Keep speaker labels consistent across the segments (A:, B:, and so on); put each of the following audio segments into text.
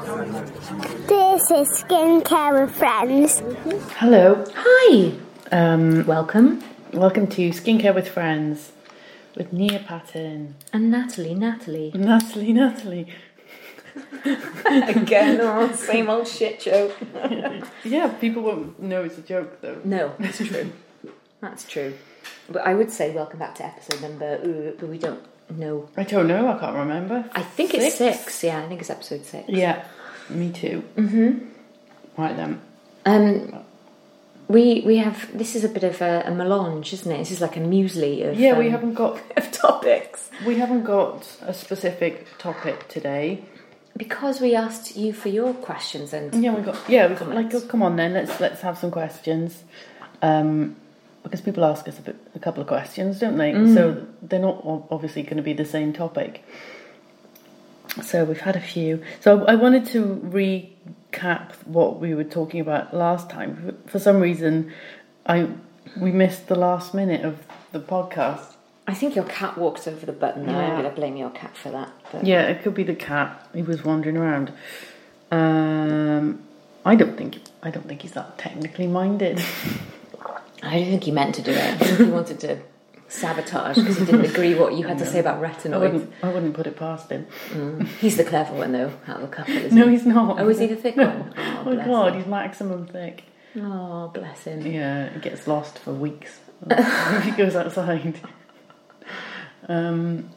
A: This is Skincare with Friends.
B: Hello,
C: Hi. Um, welcome.
B: welcome to Skincare with Friends with Nia Patton
C: And Natalie, Natalie.
B: and Natalie. Natalie,
C: Again, same old shit joke.
B: yeah, people won't know it's a joke though.
C: No, that's true. that's true. But I would say welcome back to episode number, ooh, but we don't know.
B: I don't know, I can't remember.
C: I think it's six. Yeah, I think it's episode six.
B: Yeah, me too. Mm-hmm. Right then.
C: Um, we we have this is a bit of a, a melange, isn't it? This is like a muesli of
B: Yeah, we
C: um,
B: haven't got
C: of topics
B: we haven't got a specific topic today.
C: because we asked you for your questions and
B: Yeah, we got yeah, we got like
C: Comments.
B: oh, come on then, let's let's have some questions. Um because people ask us a, bit, a couple of questions, don't they? So they're not o- obviously going to be the same topic. So we've had a few. So I I wanted to recap what we were talking about last time. For some reason, I we missed the last minute of the podcast.
C: I think your cat walked over the button. Now I'm
B: Yeah.
C: going to blame your cat for that. But
B: Yeah, it could be the cat. He was wandering around. Um, I don't think I don't think he's that technically minded.
C: I don't think he meant to do it. I think he wanted to sabotage because he didn't agree what you had to say about
B: I
C: retinoids.
B: wouldn't. I wouldn't put it past him.
C: He's the clever one, though, out of the couple, isn't
B: No,
C: he?
B: he's not.
C: Mm. Oh, is he the thick
B: No.
C: one? Oh,
B: Oh,
C: bless
B: God,
C: him.
B: he's maximum thick.
C: Oh, bless him.
B: Yeah, he uh, gets lost for weeks if he goes outside. Um,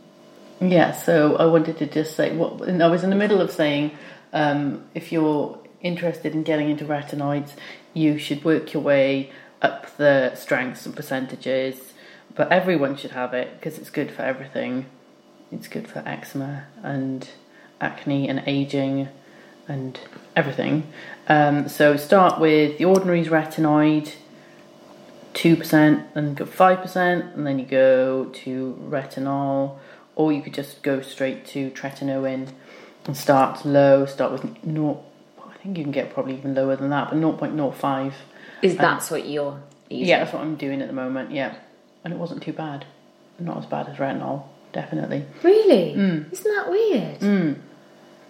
B: yeah, so I wanted to just say what and I was in the middle of saying um, if you're interested in getting into retinoids, you should work your way up the strengths and percentages, but everyone should have it because it's good for everything. It's good for eczema and acne and aging and everything. Um, so start with the ordinary's retinoid, two percent, then go five percent, and then you go to retinol, or you could just go straight to tretinoin and start low. Start with naught. I think you can get probably even lower than that, but naught point naught five.
C: Is that's what you're using?
B: Yeah, that's what I'm doing at the moment. Yeah, and it wasn't too bad. Not as bad as retinol, definitely.
C: Really? Isn't that weird?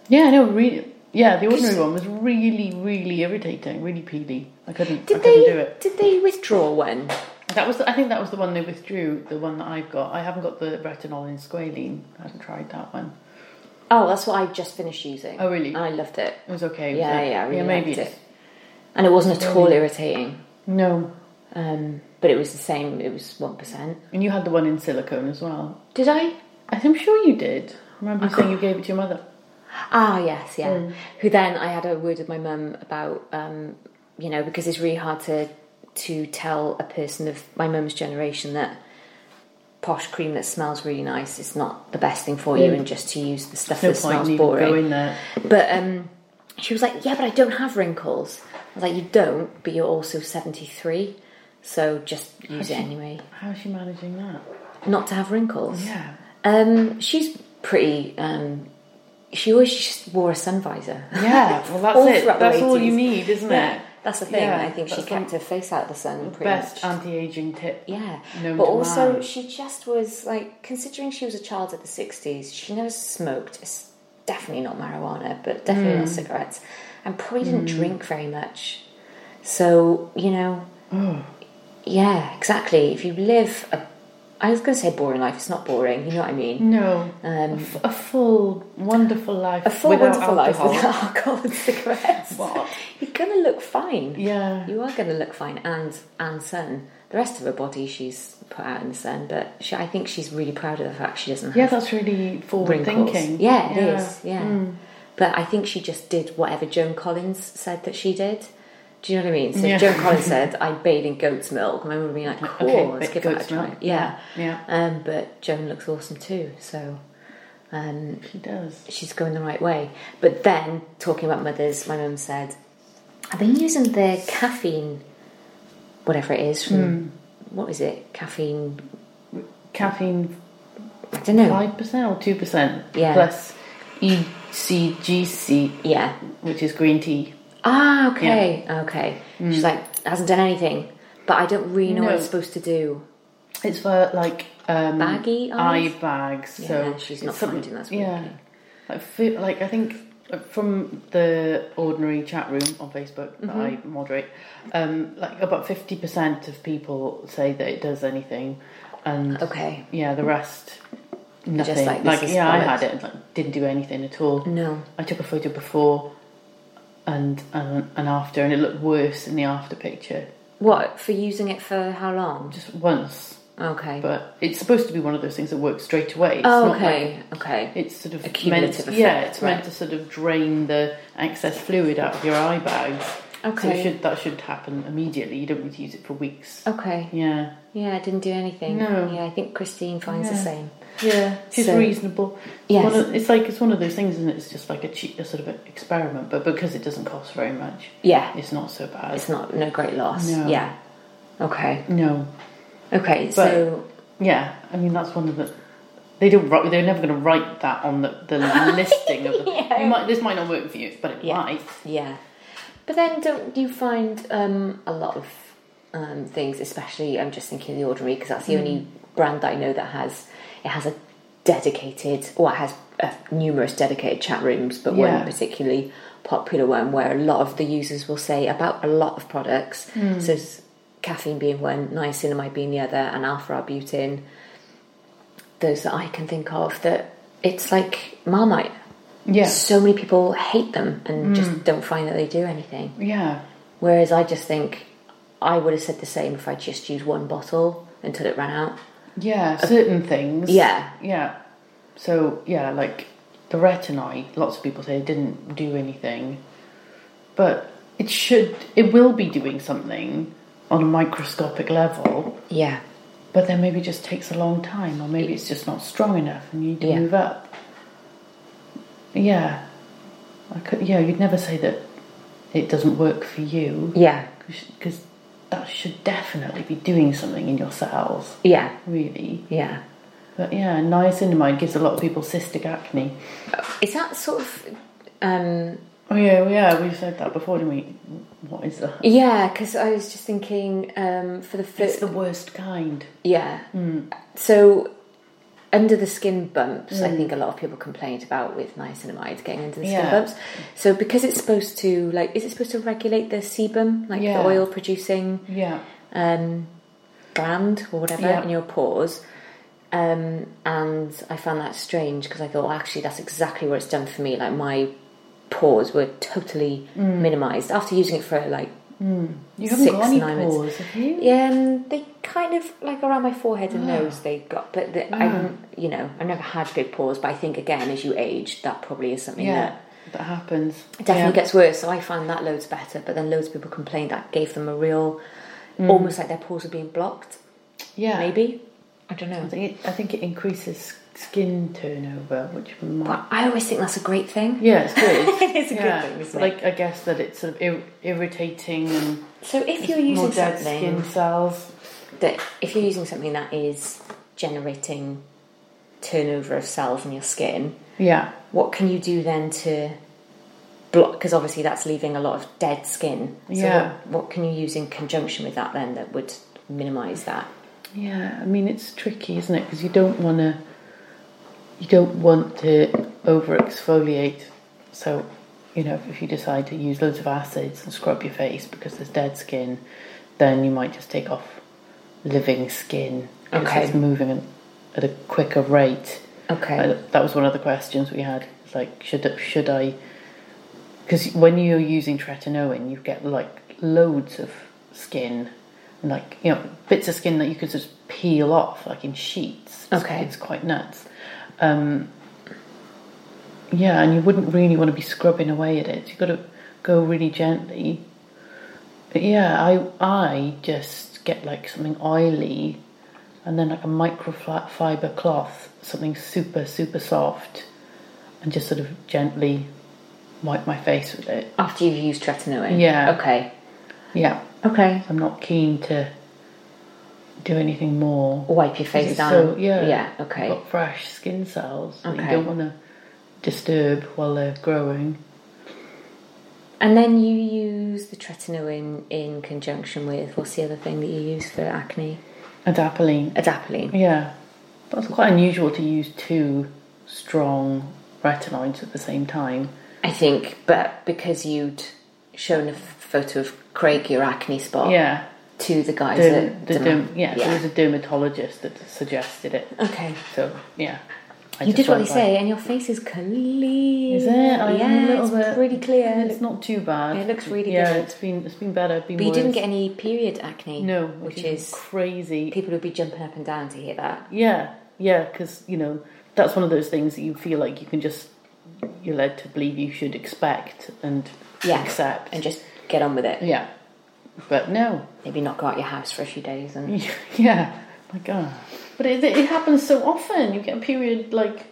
B: Yeah, no, really. Yeah, the ordinary one was really, really irritating, really peely. I couldn't, I
C: Did
B: couldn't
C: they
B: do it.
C: did they withdraw one?
B: That was, I think that was the one they withdrew. The one that I've got. I haven't got the retinol and squalene. I haven't tried that one.
C: Oh, that's what I just finished using.
B: Oh, really?
C: I loved it.
B: It was okay. was
C: Yeah,
B: it?
C: yeah, I really
B: maybe
C: liked
B: it's-
C: it. And it wasn't at all irritating.
B: No,
C: Um, but it was the same. It was one percent.
B: and you had the one in silicone as well.
C: Did I?
B: I think I'm sure you did. I remember you saying you gave it to your mother.
C: Ah, yes, yeah.
B: Mm.
C: Who then I had a word with my mum about, um, you know, because it's really hard to to tell a person of my mum's generation that posh cream that smells really nice is not the best thing for you, and just to use the stuff
B: Mm. No
C: that
B: point
C: smells
B: in even
C: boring.
B: going there.
C: But um, she was like, "Yeah, but I don't have wrinkles." I was like, "You don't, but you're also seventy three, so just use it anyway,
B: How is she managing that?
C: not to have wrinkles."
B: Yeah.
C: Um, she's pretty. Um, she always just wore a sun visor.
B: Yeah, well, that's
C: All
B: it.
C: throughout the
B: That's all you
C: 80s.
B: need, isn't it?
C: That's the thing.
B: Yeah,
C: I think she
B: that's
C: kept her face out of the sun. Pretty
B: Best
C: much.
B: anti-aging tip.
C: yeah,
B: known
C: but
B: to
C: also
B: man.
C: she just was like, considering she was a child at the '60s, she never smoked. It's definitely not marijuana, but definitely
B: Mm.
C: not cigarettes, and probably didn't drink very much. So you know,
B: Oh.
C: yeah, exactly. If you live a, I was going to say boring life. It's not boring. You know what I mean?
B: No.
C: Um,
B: a full, wonderful life.
C: a full
B: without
C: wonderful life
B: alcohol.
C: without alcohol and cigarettes.
B: What?
C: You're gonna look fine.
B: Yeah.
C: you are gonna look fine, and and sun. The rest of her body she's put out in the sun, but she, I think she's really proud of the fact she doesn't have
B: Yeah, that's really forward
C: wrinkles.
B: thinking. Mm.
C: Yeah, it is. Yeah, but I think she just did whatever Joan Collins said that she did. Do you know what I mean? So if
B: Yeah.
C: Joan Collins said, "I bathe in goat's milk," my mum would be like, "Cool,
B: Okay,
C: let's
B: ba-
C: give that a
B: goat's
C: try."
B: milk.
C: Yeah,
B: Yeah,
C: Um, but Joan looks awesome too, so Um,
B: She does.
C: she's going the right way. But then, talking about mothers, my mum said, I've been using the caffeine, whatever it is, from,
B: Hmm.
C: what is it? Caffeine,
B: Caffeine
C: I don't know.
B: five percent or two percent
C: Yeah.
B: plus E ECGC,
C: yeah.
B: which is green tea.
C: Ah, okay, okay. She's like, hasn't done anything, but I don't really know what
B: Hmm. No.
C: it's supposed to do.
B: It's for like um,
C: Baggy eyes?
B: eye bags.
C: Yeah,
B: so
C: she's
B: it's
C: not
B: something-
C: finding that's
B: yeah.
C: working.
B: I feel like I think uh, from the ordinary chat room on Facebook that I
C: Mm-hmm.
B: moderate, um, like about fifty percent of people say that it does anything, and
C: Okay.
B: yeah, the rest nothing.
C: Uh, like,
B: like
C: this is
B: yeah, I
C: bollocks.
B: had it. Like, didn't do anything at all.
C: No.
B: I took a photo before and and, and after, and it looked worse in the after picture.
C: What, for using it for how long?
B: Just once,
C: Okay.
B: but it's supposed to be one of those things that works straight away. It's
C: oh,
B: not like-
C: okay, okay.
B: it's sort of
C: A
B: meant
C: cumulative
B: yeah,
C: effect,
B: it's
C: right.
B: meant to sort of drain the excess fluid out of your eye bags. So
C: Okay.
B: it should, that should happen immediately. You don't need to use it for weeks.
C: okay.
B: Yeah.
C: Yeah, I didn't do anything.
B: No.
C: Yeah, I think Christine finds the
B: Yeah.
C: same.
B: Yeah. It's
C: So-
B: reasonable.
C: Yes.
B: One of- it's like it's one of those things, and it's just like a cheap, a sort of experiment, but because it doesn't cost very much,
C: Yeah.
B: it's not so bad.
C: It's not no great loss.
B: No.
C: Yeah. Okay.
B: no.
C: Okay. so
B: Yeah, I mean that's one of the. They don't. write- They're never going to write that on the, the listing of the.
C: Yeah.
B: You might, this might not work for you, but it
C: Yeah.
B: might.
C: yeah, but then don't you find um, a lot of um, things, especially I'm just thinking of the ordinary because that's the only brand that I know that has it has a dedicated or it has uh, numerous dedicated chat rooms, but
B: Yeah.
C: one particularly popular one where a lot of the users will say about a lot of products. So s- caffeine being one, niacinamide being the other, and alpha arbutin. Those that I can think of that it's like Marmite.
B: Yeah.
C: so many people hate them
B: Mm.
C: and just don't find that they do anything.
B: Yeah.
C: Whereas I just think I would have said the same if I just used one bottle until it ran out.
B: Yeah. Certain things.
C: Yeah.
B: Yeah. So yeah, like the retinoid. Lots of people say it didn't do anything, but it should. It will be doing something on a microscopic level,
C: Yeah.
B: but then maybe it just takes a long time, or maybe it's just not strong enough, and you need to
C: Yeah.
B: move up. Yeah, I could. Yeah, you'd never say that it doesn't work for you.
C: Yeah.
B: because that should definitely be doing something in your cells,
C: Yeah.
B: really.
C: Yeah.
B: But yeah, niacinamide gives a lot of people cystic acne.
C: Is that sort of. Um,
B: Oh yeah, well, yeah, we said that before, didn't we? What is that?
C: yeah, because I was just thinking um, for the
B: It's
C: first.
B: the Mm. worst kind.
C: Yeah. So, under the skin bumps, I think a lot of people complained about with niacinamide getting under the skin
B: Mm. Yeah.
C: bumps. So, because it's supposed to, like, is it supposed to regulate the sebum, like
B: Yeah.
C: the oil producing
B: Yeah,
C: um, gland or whatever
B: Yeah.
C: in your pores. Um, and I found that strange because I thought, well, actually, that's exactly what it's done for me. Like my pores were totally minimised after using it for like
B: Mm. you haven't
C: Six
B: got any
C: niacinamides.
B: pores, have you? Ah.
C: yeah, um, they kind of like around my forehead and nose they got, but the, I, you know, I've never had big pores. But I think again, as you age, that probably is something
B: Yeah,
C: that
B: that happens.
C: definitely
B: yeah.
C: gets worse. So I found that loads better. But then loads of people complained that gave them a real,
B: Mm.
C: almost like their pores were being blocked.
B: yeah.
C: Maybe I don't
B: I
C: know.
B: think it, I think it increases skin turnover, which might.
C: I always think that's a great thing.
B: Yeah, it's good.
C: it's a
B: yeah,
C: good thing, isn't it?
B: like I guess that it's sort of ir- irritating and
C: So if you're
B: more
C: using
B: dead
C: something
B: skin cells.
C: that if you're using something that is generating turnover of cells in your skin,
B: Yeah.
C: what can you do then to block? Because obviously that's leaving a lot of dead skin. So
B: Yeah.
C: What, what can you use in conjunction with that then that would minimise that?
B: Yeah, I mean it's tricky, isn't it? Because you don't want to, you don't want to over exfoliate. So, you know, if you decide to use loads of acids and scrub your face because there's dead skin, then you might just take off living skin because
C: Okay.
B: it's moving at a quicker rate.
C: Okay.
B: Uh, that was one of the questions we had. It's Like, should should I? Because when you're using tretinoin, you get like loads of skin, and like you know bits of skin that you could just peel off, like in sheets. It's-
C: Okay.
B: it's quite nuts. Um, yeah, and you wouldn't really want to be scrubbing away at it. You've got to go really gently. But yeah, I I just get like something oily, and then like a microfiber cloth, something super super soft, and just sort of gently wipe my face with it.
C: After you've used tretinoin?
B: Yeah.
C: Okay.
B: Yeah,
C: Okay.
B: I'm not keen to do anything more.
C: Wipe your face
B: It's
C: down.
B: So yeah,
C: Yeah,
B: you've
C: okay.
B: Got fresh skin cells that
C: Okay.
B: you don't want to disturb while they're growing.
C: And then you use the tretinoin in conjunction with what's the other thing that you use for acne?
B: Adapalene.
C: Adapalene.
B: Yeah, but it's quite unusual to use two strong retinoids at the same time.
C: I think, but because you'd shown a f- photo of Craig your acne spot
B: Yeah,
C: to the guys
B: the,
C: at
B: the
C: Derma-
B: derm- yeah, there was a dermatologist that suggested it.
C: Okay.
B: So yeah, I
C: You
B: just
C: did what they
B: went by-
C: say, and your face is clear.
B: Is it? I am a
C: yeah,
B: little
C: it's
B: bit-
C: pretty clear.
B: It's not too bad.
C: It looks really
B: yeah,
C: good.
B: it's been it's been better. Been
C: But you didn't
B: worse.
C: get any period acne.
B: no,
C: which, is
B: crazy.
C: people would be jumping up and down to hear that.
B: Yeah, yeah, because you know that's one of those things that you feel like you can just you're led to believe you should expect and
C: Yeah,
B: accept.
C: and just get on with it.
B: yeah, but no,
C: Maybe not go out your house for a few days and
B: yeah, my God. But it, it happens so often. You get a period like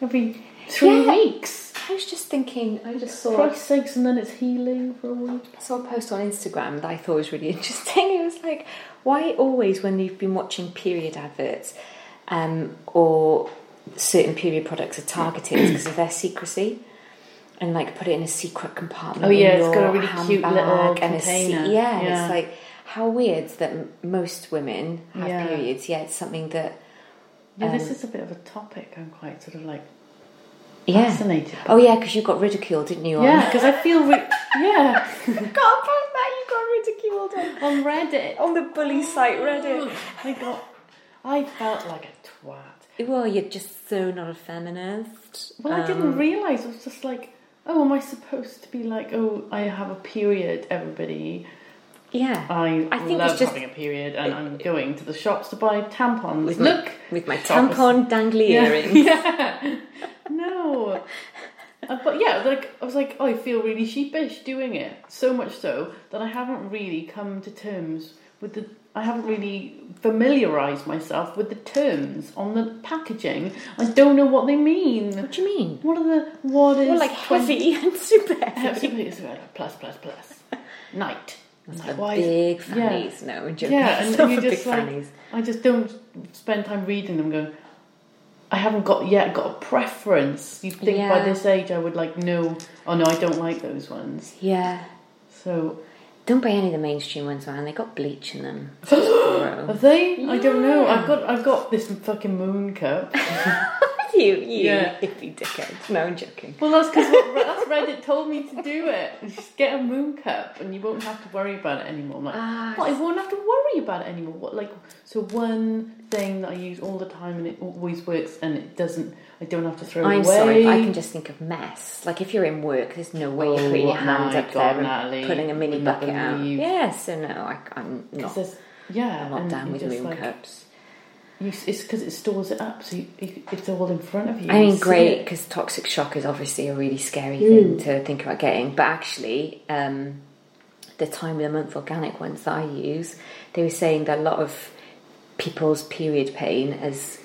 B: every three
C: Yeah.
B: weeks.
C: I was just thinking, I just
B: For
C: saw
B: Christ's sakes, and then it's healing for a week.
C: saw a post on Instagram that I thought was really interesting. It was like, why always when you've been watching period adverts um, or certain period products are targeted because of their secrecy and like put it in a secret compartment.
B: Oh, yeah,
C: in
B: it's got a
C: your
B: really cute
C: handbag
B: little
C: and a se-
B: container.
C: yeah, and
B: Yeah.
C: it's like how weird that m- most women have
B: Yeah.
C: periods. Yeah, it's something that
B: Yeah, this
C: Um,
B: is a bit of a topic. I'm quite sort of like
C: yeah.
B: Fascinated by
C: Oh yeah, because you got ridiculed, didn't you? on-
B: yeah, because I feel re- yeah
C: Got a post that you got ridiculed on.
B: on Reddit.
C: on the bully site Reddit.
B: I got. I felt like a twat.
C: Well, you're just so not a feminist. Um,
B: Well, I didn't realise. I was just like, oh, am I supposed to be like, oh, I have a period, everybody?
C: Yeah,
B: I, love
C: it's just
B: having a period and I'm going to the shops to buy tampons.
C: with
B: Look!
C: my, with my
B: Tampons.
C: tampon dangly
B: Yeah.
C: earring.
B: yeah. No. Uh, but yeah, like I was like, oh, I feel really sheepish doing it. So much so that I haven't really come to terms with the. I haven't really familiarised myself with the terms on the packaging. I don't know what they mean.
C: What do you mean?
B: What are the what is
C: Well, like heavy and super
B: Have
C: heavy.
B: to be- it's like plus plus plus night. Like,
C: The
B: why is-
C: big
B: yeah.
C: fannies. No, I'm joking.
B: Yeah, and
C: It's not
B: you
C: for
B: just
C: big
B: like
C: fannies.
B: I just don't spend time reading them. Going, I haven't got yet got a preference. You think by
C: Yeah.
B: this age I would like no? Oh no, I don't like those ones.
C: Yeah,
B: So
C: don't buy any of the mainstream ones, man. They got bleach in them. It's gross.
B: are they? I don't know. I've got I've got this fucking moon cup.
C: you, you
B: Yeah.
C: hippie dickhead. No, I'm joking.
B: Well, that's because that's Reddit told me to do it. Just get a moon cup, and you won't have to worry about it anymore. I'm like,
C: Ah,
B: what? I won't have to worry about it anymore. What? Like, so one thing that I use all the time, and it always works, and it doesn't. I don't have to throw
C: I'm
B: it away.
C: sorry, but I can just think of mess. Like if you're in work, there's no way
B: Oh,
C: you're putting your
B: my
C: hand up
B: God,
C: there and
B: Natalie,
C: putting a mini
B: would not
C: bucket out.
B: believe.
C: Yeah, so no, I, I'm not.
B: There's- yeah,
C: I'm not
B: and
C: down
B: you
C: with
B: just,
C: moon
B: like,
C: cups.
B: You, it's because it stores it up, so you, you, it's all in front of you.
C: I
B: You
C: mean,
B: see
C: great
B: it. Mm.
C: because toxic shock is obviously a really scary thing to think about getting. But actually, um, the time of the month organic ones that I use, they were saying that a lot of people's period pain is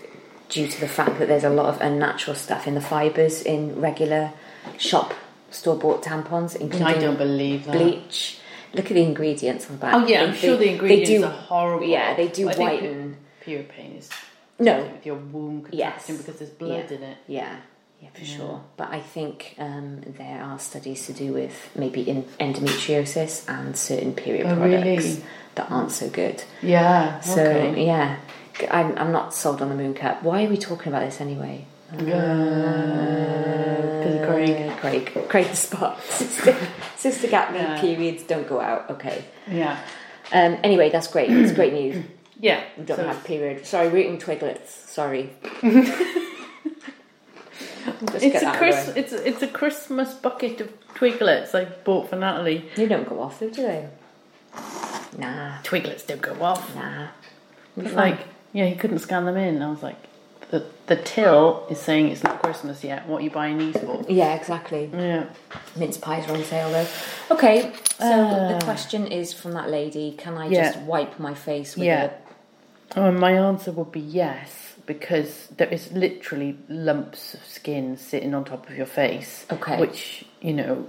C: due to the fact that there's a lot of unnatural stuff in the fibres in regular shop store bought tampons, including
B: I don't believe that.
C: bleach. Look at the ingredients on the back.
B: Oh yeah, I'm
C: They-
B: sure
C: they-
B: the ingredients
C: they do,
B: are horrible.
C: Yeah, they do
B: I think
C: whiten.
B: Pure pain is
C: No,
B: with your womb
C: Yes.
B: contracting because there's blood
C: yeah.
B: in it.
C: Yeah, yeah, for sure. But I think um, there are studies to do with maybe in endometriosis and certain period
B: Oh,
C: products
B: really?
C: that aren't so good.
B: Yeah.
C: So
B: okay.
C: yeah, G- I'm, I'm not sold on the moon cap. Why are we talking about this anyway?
B: Because Craig.
C: Uh, Craig, Craig the spot. Sister, Sister Gatley,
B: Yeah.
C: periods don't go out. Okay.
B: Yeah.
C: Um, anyway, that's great. It's great news.
B: Yeah.
C: We don't
B: so-
C: have period. Sorry, we're eating twiglets. Sorry. Just
B: It's
C: get that out
B: a
C: of the
B: Chris,
C: way.
B: it's a- it's a Christmas bucket of twiglets I bought for Natalie.
C: They don't go off though, do they? Nah,
B: Twiglets don't go off.
C: nah.
B: But like, yeah, he couldn't scan them in. I was like, the the till is saying it's not Christmas yet. What are you buying these for?
C: Yeah, exactly.
B: Yeah.
C: Mince pies are on sale though. Okay, so the question is from that lady Can I
B: Ah. Yeah.
C: just wipe my face with
B: Yeah.
C: a.
B: Oh, and my answer Uh, would be yes, because there is literally lumps of skin sitting on top of your face.
C: Okay.
B: Which, you know,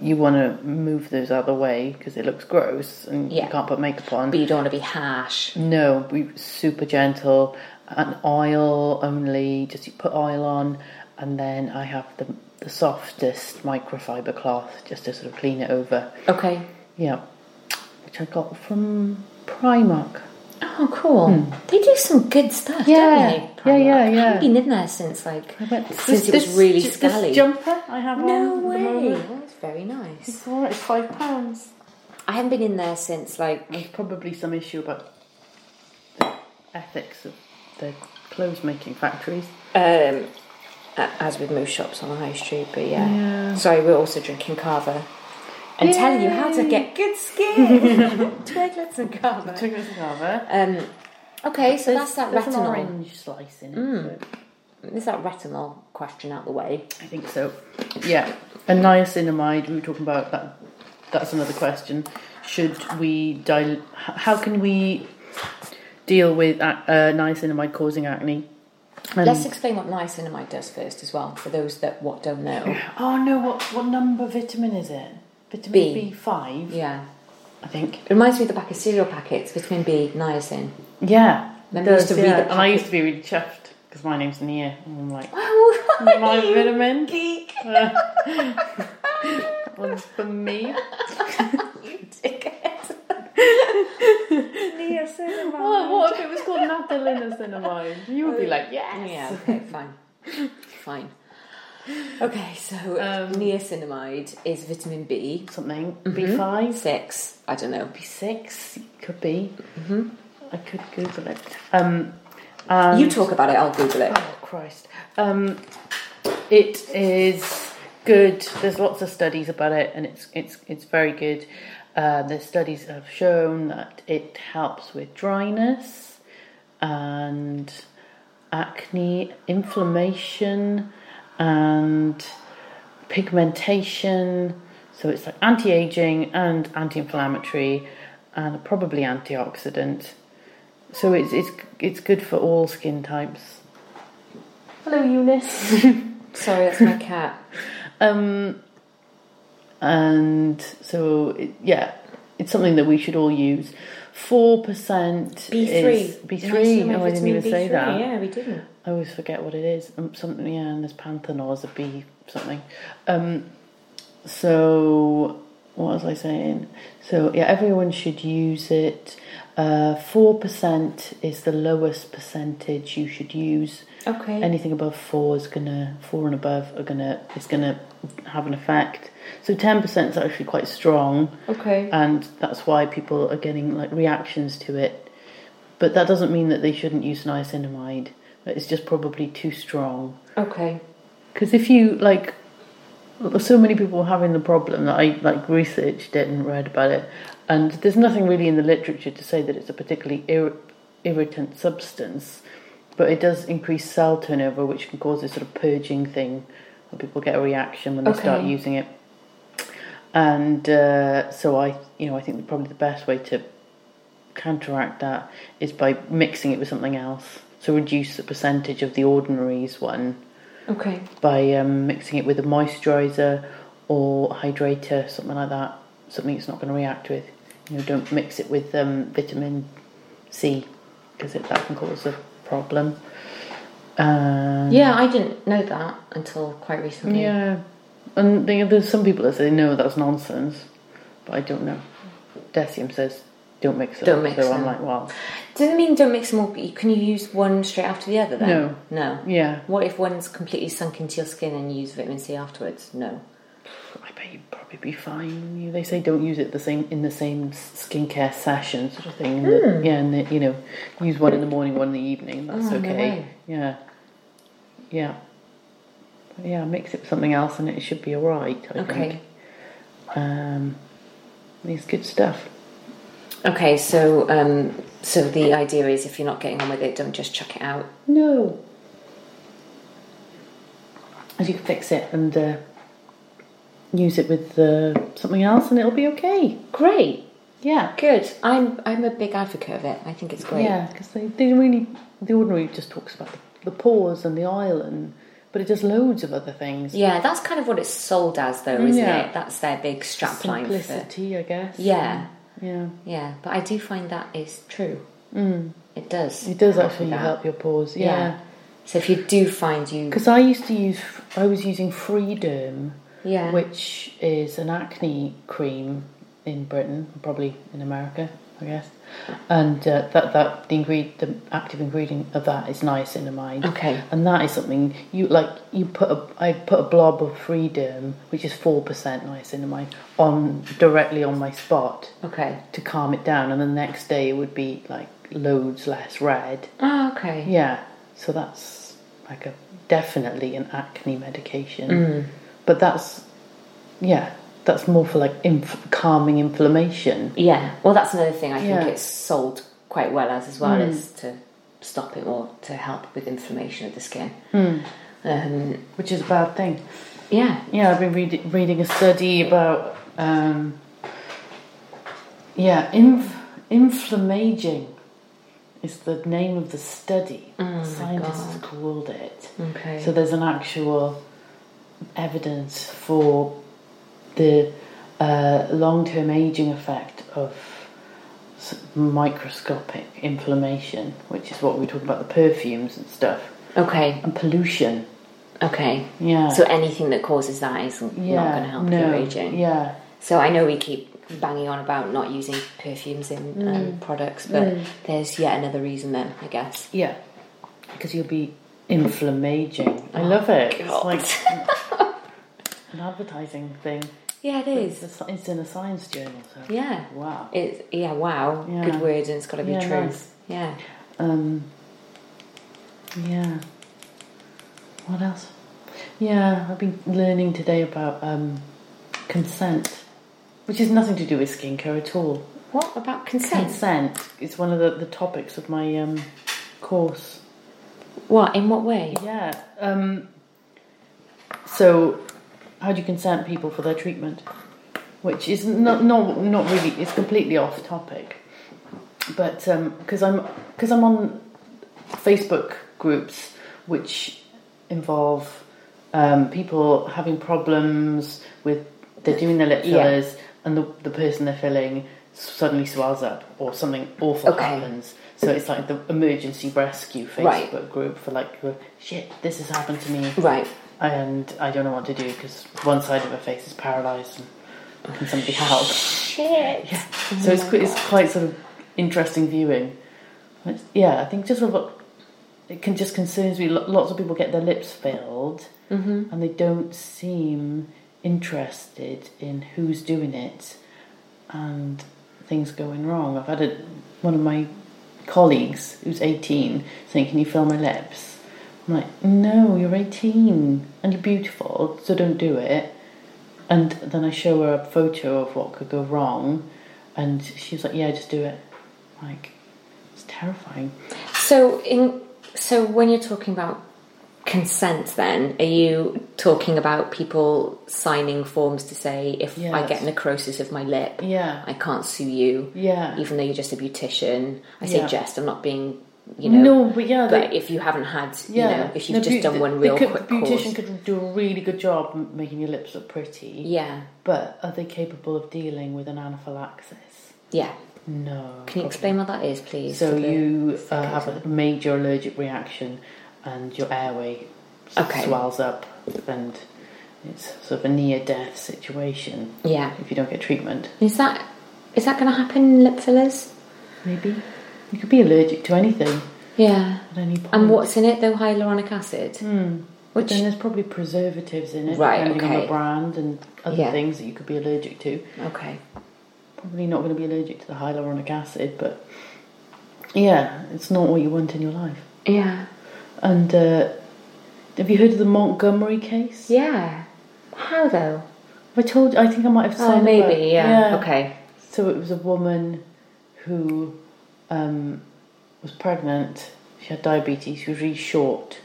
B: you want to move those out of the way because it looks gross and
C: Yeah.
B: you can't put makeup on.
C: But you don't want to be harsh.
B: No, we were super gentle and oil only. Just you put oil on, and then I have the the softest microfiber cloth just to sort of clean it over.
C: Okay.
B: Yeah, which I got from Primark.
C: Oh, cool. They do some good stuff,
B: Hmm. Yeah.
C: don't
B: Yeah,
C: they?
B: yeah,
C: Primark? I
B: yeah.
C: haven't been in there since like
B: I went,
C: since it was really
B: ju-
C: scally.
B: This jumper I have
C: no
B: on. at the
C: way.
B: moment.
C: Oh, That's very nice.
B: It's all right. It's five pounds.
C: I haven't been in there since like
B: There's probably some issue about the ethics of the clothes making factories.
C: um, a- as with most shops on the high street, but yeah.
B: Yeah.
C: Sorry, we're also drinking cava. And telling you how to get good skin. Twiglets and cava.
B: Took it as a cover.
C: Um, okay, so that's
B: There's-
C: that
B: Uh, there's an
C: retinol. Mm.
B: orange slice in it. but-
C: Is that retinol question out the way?
B: I think so. Yeah, and niacinamide. We were talking about that. That's another question. Should we dil- h- How can we deal with ac- uh, niacinamide causing acne? And-
C: Let's explain what niacinamide does first as well for those that what don't know.
B: oh no! What what number vitamin is it? Vitamin
C: B.
B: B five,
C: Yeah.
B: I think.
C: It reminds me of the back of cereal packets, vitamin B, niacin.
B: Yeah,
C: Remember you used
B: does,
C: to read
B: yeah.
C: the
B: and I used to be really chuffed because my name's Nia, and I'm like my
C: Oh,
B: vitamin.
C: geek.
B: That one's for me.
C: you dickhead. niacinamide.
B: Oh, what if it was called naphthalinosonamide? You would be like, yes.
C: Yeah, okay, fine. fine. Okay, so Um, niacinamide is vitamin B.
B: Something B five.
C: Six, I don't know.
B: six could be. I could Google it.
C: you talk about it, I'll Google it.
B: Oh Christ! Um, it is good. There's lots of studies about it, and it's it's it's very good. Uh, the studies have shown that it helps with dryness and acne, inflammation, and pigmentation. So it's like anti-aging and anti-inflammatory, and probably antioxidant. So it's it's it's good for all skin types. Hello, Eunice.
C: Sorry, that's my cat.
B: um, and so it, yeah, it's something that we should all use. Four percent
C: B3.
B: B three.
C: Niacinamide,
B: Oh, I didn't
C: vitamin
B: even say
C: B3,
B: that.
C: Yeah, we didn't.
B: I always forget what it is. Um, something, yeah, and there's panthenol, a bee, something. Um, so, what was I saying? So, yeah, everyone should use it. Uh, 4% is the lowest percentage you should use.
C: Okay.
B: Anything above 4 is gonna, 4 and above are gonna, is gonna have an effect. So 10% is actually quite strong
C: Okay.
B: and that's why people are getting like reactions to it. But that doesn't mean that they shouldn't use niacinamide. It's just probably too strong.
C: okay.
B: Because if you like, so many people were having the problem that I like researched it and read about it, and there's nothing really in the literature to say that it's a particularly ir- irritant substance, but it does increase cell turnover, which can cause this sort of purging thing where people get a reaction when they
C: Okay.
B: start using it. And uh, so I, you know, I think probably the best way to counteract that is by mixing it with something else. So reduce the percentage of the ordinaries one
C: Okay.
B: by um, mixing it with a moisturiser or hydrator, something like that. Something it's not going to react with. You know, don't mix it with um, vitamin C because that can cause a problem. Um,
C: Yeah, I didn't know that until quite recently.
B: yeah, and you know, there's some people that say no, that's nonsense, but I don't know. Decium says don't mix them.
C: Don't mix
B: so I'm
C: them.
B: like, well,
C: Doesn't mean don't mix them all, but you- can you use one straight after the other then?
B: No.
C: No.
B: Yeah.
C: What if one's completely sunk into your skin and you use vitamin C afterwards? No.
B: I bet you'd probably be fine. You- They say don't use it the same in the same s- skincare session, sort of thing. and that- yeah, and that, you know, use one in the morning, one in the evening. That's
C: Hmm. Oh, no
B: okay.
C: way.
B: yeah, yeah, But yeah. Mix it with something else, and it should be all right. I
C: Okay.
B: think. Um, it's good stuff.
C: Okay, so um, so the idea is if you're not getting on with it, don't just chuck it out.
B: No, and you can fix it and uh, use it with uh, something else, and it'll be okay.
C: Great.
B: Yeah.
C: Good. I'm I'm a big advocate of it. I think it's great.
B: Yeah, because they, they really, the ordinary just talks about the, the pause and the isle, and, but it does loads of other things.
C: Yeah, that's kind of what it's sold as, though, isn't
B: Yeah.
C: it? That's their big strapline for it.
B: Simplicity, I guess.
C: Yeah,
B: Yeah.
C: yeah. But I do find that is true. Mm. It does.
B: It does
C: help
B: actually
C: with that.
B: help your pause.
C: Yeah.
B: Yeah.
C: So if you do find you,
B: Because I used to use, I was using Freedom,
C: Yeah.
B: which is an acne cream in Britain, probably in America, I guess. And uh, that that the ingredient, the active ingredient of that is niacinamide.
C: Okay.
B: And that is something you like. You put a, I put a blob of Freedom, which is four percent niacinamide, on directly on my spot
C: okay.
B: to calm it down, and the next day it would be like loads less red.
C: Oh, okay.
B: Yeah, so that's like a definitely an acne medication, but that's yeah, that's more for like inf- calming inflammation.
C: Yeah. Well, that's another thing. I
B: Yeah. Hmm.
C: think it's sold quite well as as well as to stop it or to help with inflammation of the skin.
B: Hmm.
C: Um,
B: Which is a bad thing.
C: yeah.
B: Yeah, I've been reading reading a study about um, yeah, inf- inflammaging is the name of the study. Scientists called it.
C: Oh Okay.
B: So there's an actual evidence for the uh, long-term aging effect of s- microscopic inflammation, which is what we talk about the perfumes and stuff,
C: Okay.
B: and pollution.
C: Okay.
B: Yeah.
C: So anything that causes that is not going to help
B: no,
C: your aging.
B: Yeah.
C: So I know we keep banging on about not using perfumes in
B: Hmm.
C: um, products, but there's yet another reason then, I guess.
B: Yeah, because you'll be inflammaging. I love it.
C: Oh God.
B: It's like an advertising thing.
C: Yeah, it
B: It's, a, sci- it's in a science journal. So.
C: Yeah.
B: Wow.
C: It's, yeah, wow.
B: Yeah.
C: Good word, and it's got to be
B: Yeah,
C: true.
B: nice.
C: Yeah.
B: Um. Yeah. What else? Yeah, I've been learning today about um, consent, which has nothing to do with skincare at all.
C: What about consent?
B: Consent is one of the, the topics of my um, course.
C: What? In what way?
B: Yeah. Um, so, how do you consent people for their treatment? Which is not not not really. It's completely off topic. But because I'm because I'm on Facebook groups which involve um, people having problems with they're doing their lip
C: Yeah.
B: fillers and the, the person they're filling suddenly swells up or something awful
C: Okay.
B: happens. So it's like the emergency rescue Facebook
C: Right.
B: group for like the, shit. This has happened to me,
C: Right.
B: and I don't know what to do because one side of her face is paralysed. And can somebody help?
C: Shit. Oh
B: so it's qu- it's quite sort of interesting viewing. But yeah, I think just sort of it can just concerns me. Lo- Lots of people get their lips filled,
C: Mm-hmm.
B: and they don't seem interested in who's doing it, and things going wrong. I've had a, one of my colleagues who's eighteen saying, "Can you fill my lips?" I'm like, "No, you're eighteen and you're beautiful, so don't do it." And then I show her a photo of what could go wrong, and she was like, "Yeah, just do it." Like, it's terrifying.
C: So in so when you're talking about consent then are you talking about people signing forms to say if
B: Yeah,
C: i get
B: that's-
C: necrosis of my lip
B: Yeah.
C: i can't sue you
B: Yeah.
C: even though you're just a beautician i say
B: Yeah.
C: jest i'm not being you
B: No,
C: know
B: but yeah,
C: but
B: they-
C: if you haven't had
B: Yeah,
C: you know if you've
B: No,
C: just
B: beau-
C: done
B: the-
C: one
B: the
C: real
B: could-
C: quick
B: beautician
C: course
B: could do a really good job m- making your lips look pretty.
C: yeah
B: But are they capable of dealing with an anaphylaxis?
C: yeah
B: No.
C: can you explain what that is please
B: So
C: for the-
B: you uh, have a major allergic reaction, and your airway s-
C: Okay.
B: swells up, and it's sort of a near death situation.
C: Yeah.
B: If you don't get treatment,
C: is that is that going to happen in lip fillers
B: maybe you could be allergic to anything
C: yeah
B: at any point.
C: and what's in it though hyaluronic acid
B: But then there's probably preservatives in it,
C: Right,
B: depending on
C: okay.
B: the brand and other
C: Yeah.
B: things that you could be allergic to.
C: okay
B: Probably not going to be allergic to the hyaluronic acid, but yeah, it's not what you want in your life.
C: yeah
B: And uh, have you heard of the Montgomery case?
C: Yeah. How though?
B: Have I told you? I think I might have said.
C: Oh, maybe.
B: about-
C: yeah. Okay.
B: So it was a woman who um, was pregnant. She had diabetes. She was really short.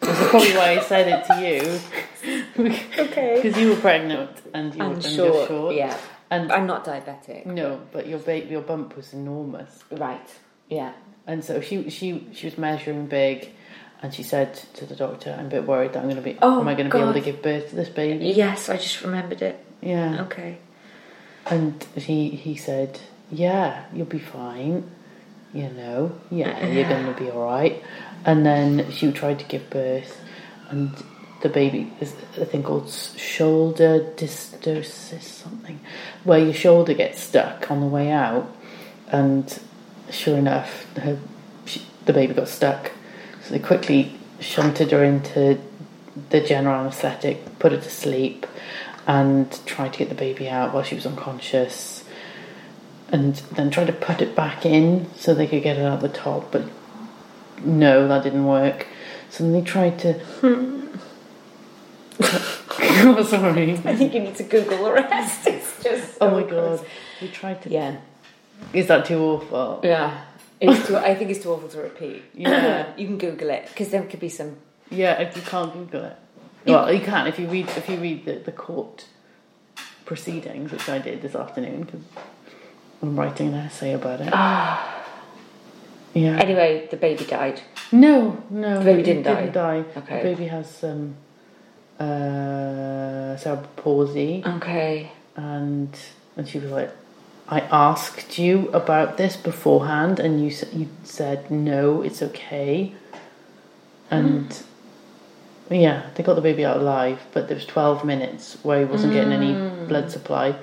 B: That's probably why I said it to you. okay. Because you were pregnant and you were
C: I'm
B: and
C: sure.
B: You're short.
C: Yeah.
B: And
C: I'm not diabetic.
B: no, but your ba- your bump was enormous.
C: Right. Yeah.
B: And so she she she was measuring big, and she said to the doctor, "I'm a bit worried that I'm going to be.
C: Oh,
B: am I going to be able to
C: God.
B: give birth to this baby?"
C: Yes, I just remembered it.
B: Yeah.
C: Okay.
B: And he he said, "Yeah, you'll be fine. You know, yeah, you're going to be all right." And then she tried to give birth, and the baby is a thing called s- shoulder dystosis something, where your shoulder gets stuck on the way out, and sure enough, her, she, the baby got stuck. So they quickly shunted her into the general anaesthetic, put her to sleep, and tried to get the baby out while she was unconscious. And then tried to put it back in so they could get it out the top, but no, that didn't work. So then they tried to. oh, sorry.
C: I think you need to Google the rest. It's just.
B: Oh my god. They tried to.
C: Yeah.
B: Is that too awful?
C: Yeah. It's too, I think it's too awful to repeat.
B: Yeah.
C: you can Google it because there could be some.
B: Yeah, if you can't Google it. Well, you can if you read if you read the, the court proceedings, which I did this afternoon because I'm writing an essay about it. Ah. Yeah.
C: Anyway, the baby died.
B: no, no.
C: baby
B: it
C: didn't
B: didn't die.
C: die?
B: The
C: Okay.
B: baby has um, uh, cerebral palsy,
C: Okay.
B: and and she was like, "I asked you about this beforehand, and you s- you said no, it's okay." And yeah, they got the baby out alive, but there was twelve minutes where he wasn't getting any blood supply,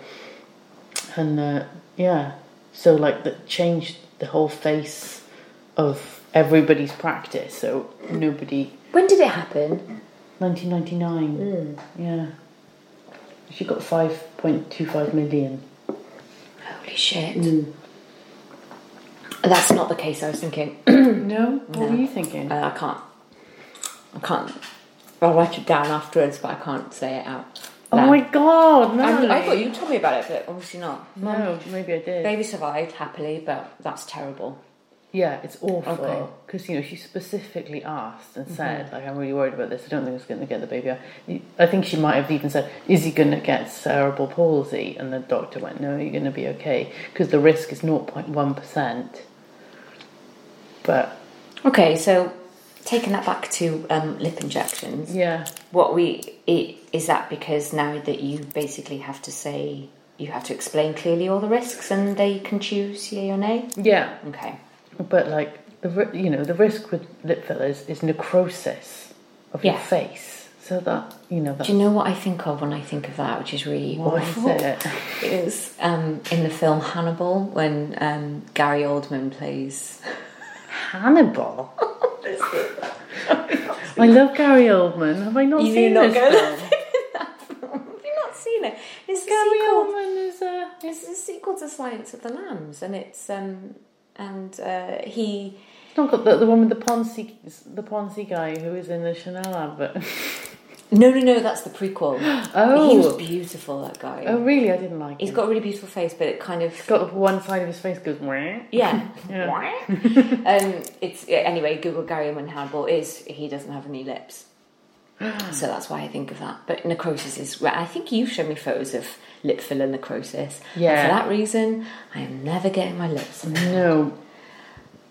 B: and uh, yeah, so like that changed the whole face of everybody's practice. So nobody.
C: When did it happen?
B: 1999. Yeah. She got 5.25 million.
C: Holy shit. That's not the case I was thinking.
B: No? What were you thinking?
C: Uh, I can't. I can't. I'll write it down afterwards, but I can't say it out.
B: oh
C: loud.
B: my god,
C: I,
B: Natalie.
C: I thought you told me about it, but obviously not.
B: No, maybe I did.
C: Baby survived happily, but that's terrible.
B: Yeah, it's
C: Okay. Mm-hmm.
B: awful. Because, you know, she specifically asked and said, like, I'm really worried about this. I don't think it's going to get the baby out. I think she might have even said, is he going to get cerebral palsy? And the doctor went, no, you're going to be okay. Because the risk is 0.1%. But,
C: Okay, so taking that back to um, lip injections,
B: yeah.
C: what we i- is that because now that you basically have to say you have to explain clearly all the risks, and they can choose yay or nay.
B: Yeah.
C: Okay.
B: But like the ri- you know the risk with lip fillers is necrosis of your
C: Yeah.
B: face. So that you know that's
C: Do you know what I think of when I think of that, which is really
B: what is
C: awful?
B: it?
C: is um, in the film Hannibal when um, Gary Oldman plays.
B: Hannibal. I love Gary Oldman. Have I not
C: You
B: seen
C: do
B: this
C: not go
B: film?
C: Have you not seen it? It's a
B: Gary
C: sequel.
B: Oldman is a
C: It's a sequel to Silence of the Lambs, and it's um, and uh, he.
B: it's not got the, the one with the Ponzi the Ponzi guy who is in the Chanel advert.
C: No, no, no. That's the prequel. he was
B: Oh.
C: beautiful. That guy.
B: oh really? I didn't like.
C: He's
B: him.
C: got a really beautiful face, but it kind of
B: got one side of his face goes. "Wah."
C: yeah.
B: Yeah.
C: um, it's yeah, anyway. Google Gary Oldman Hannibal is he doesn't have any lips, so that's why I think of that. But necrosis is. Well, I think you showed me photos of lip filler necrosis. And
B: Yeah.
C: for that reason, I am never getting my lips.
B: No,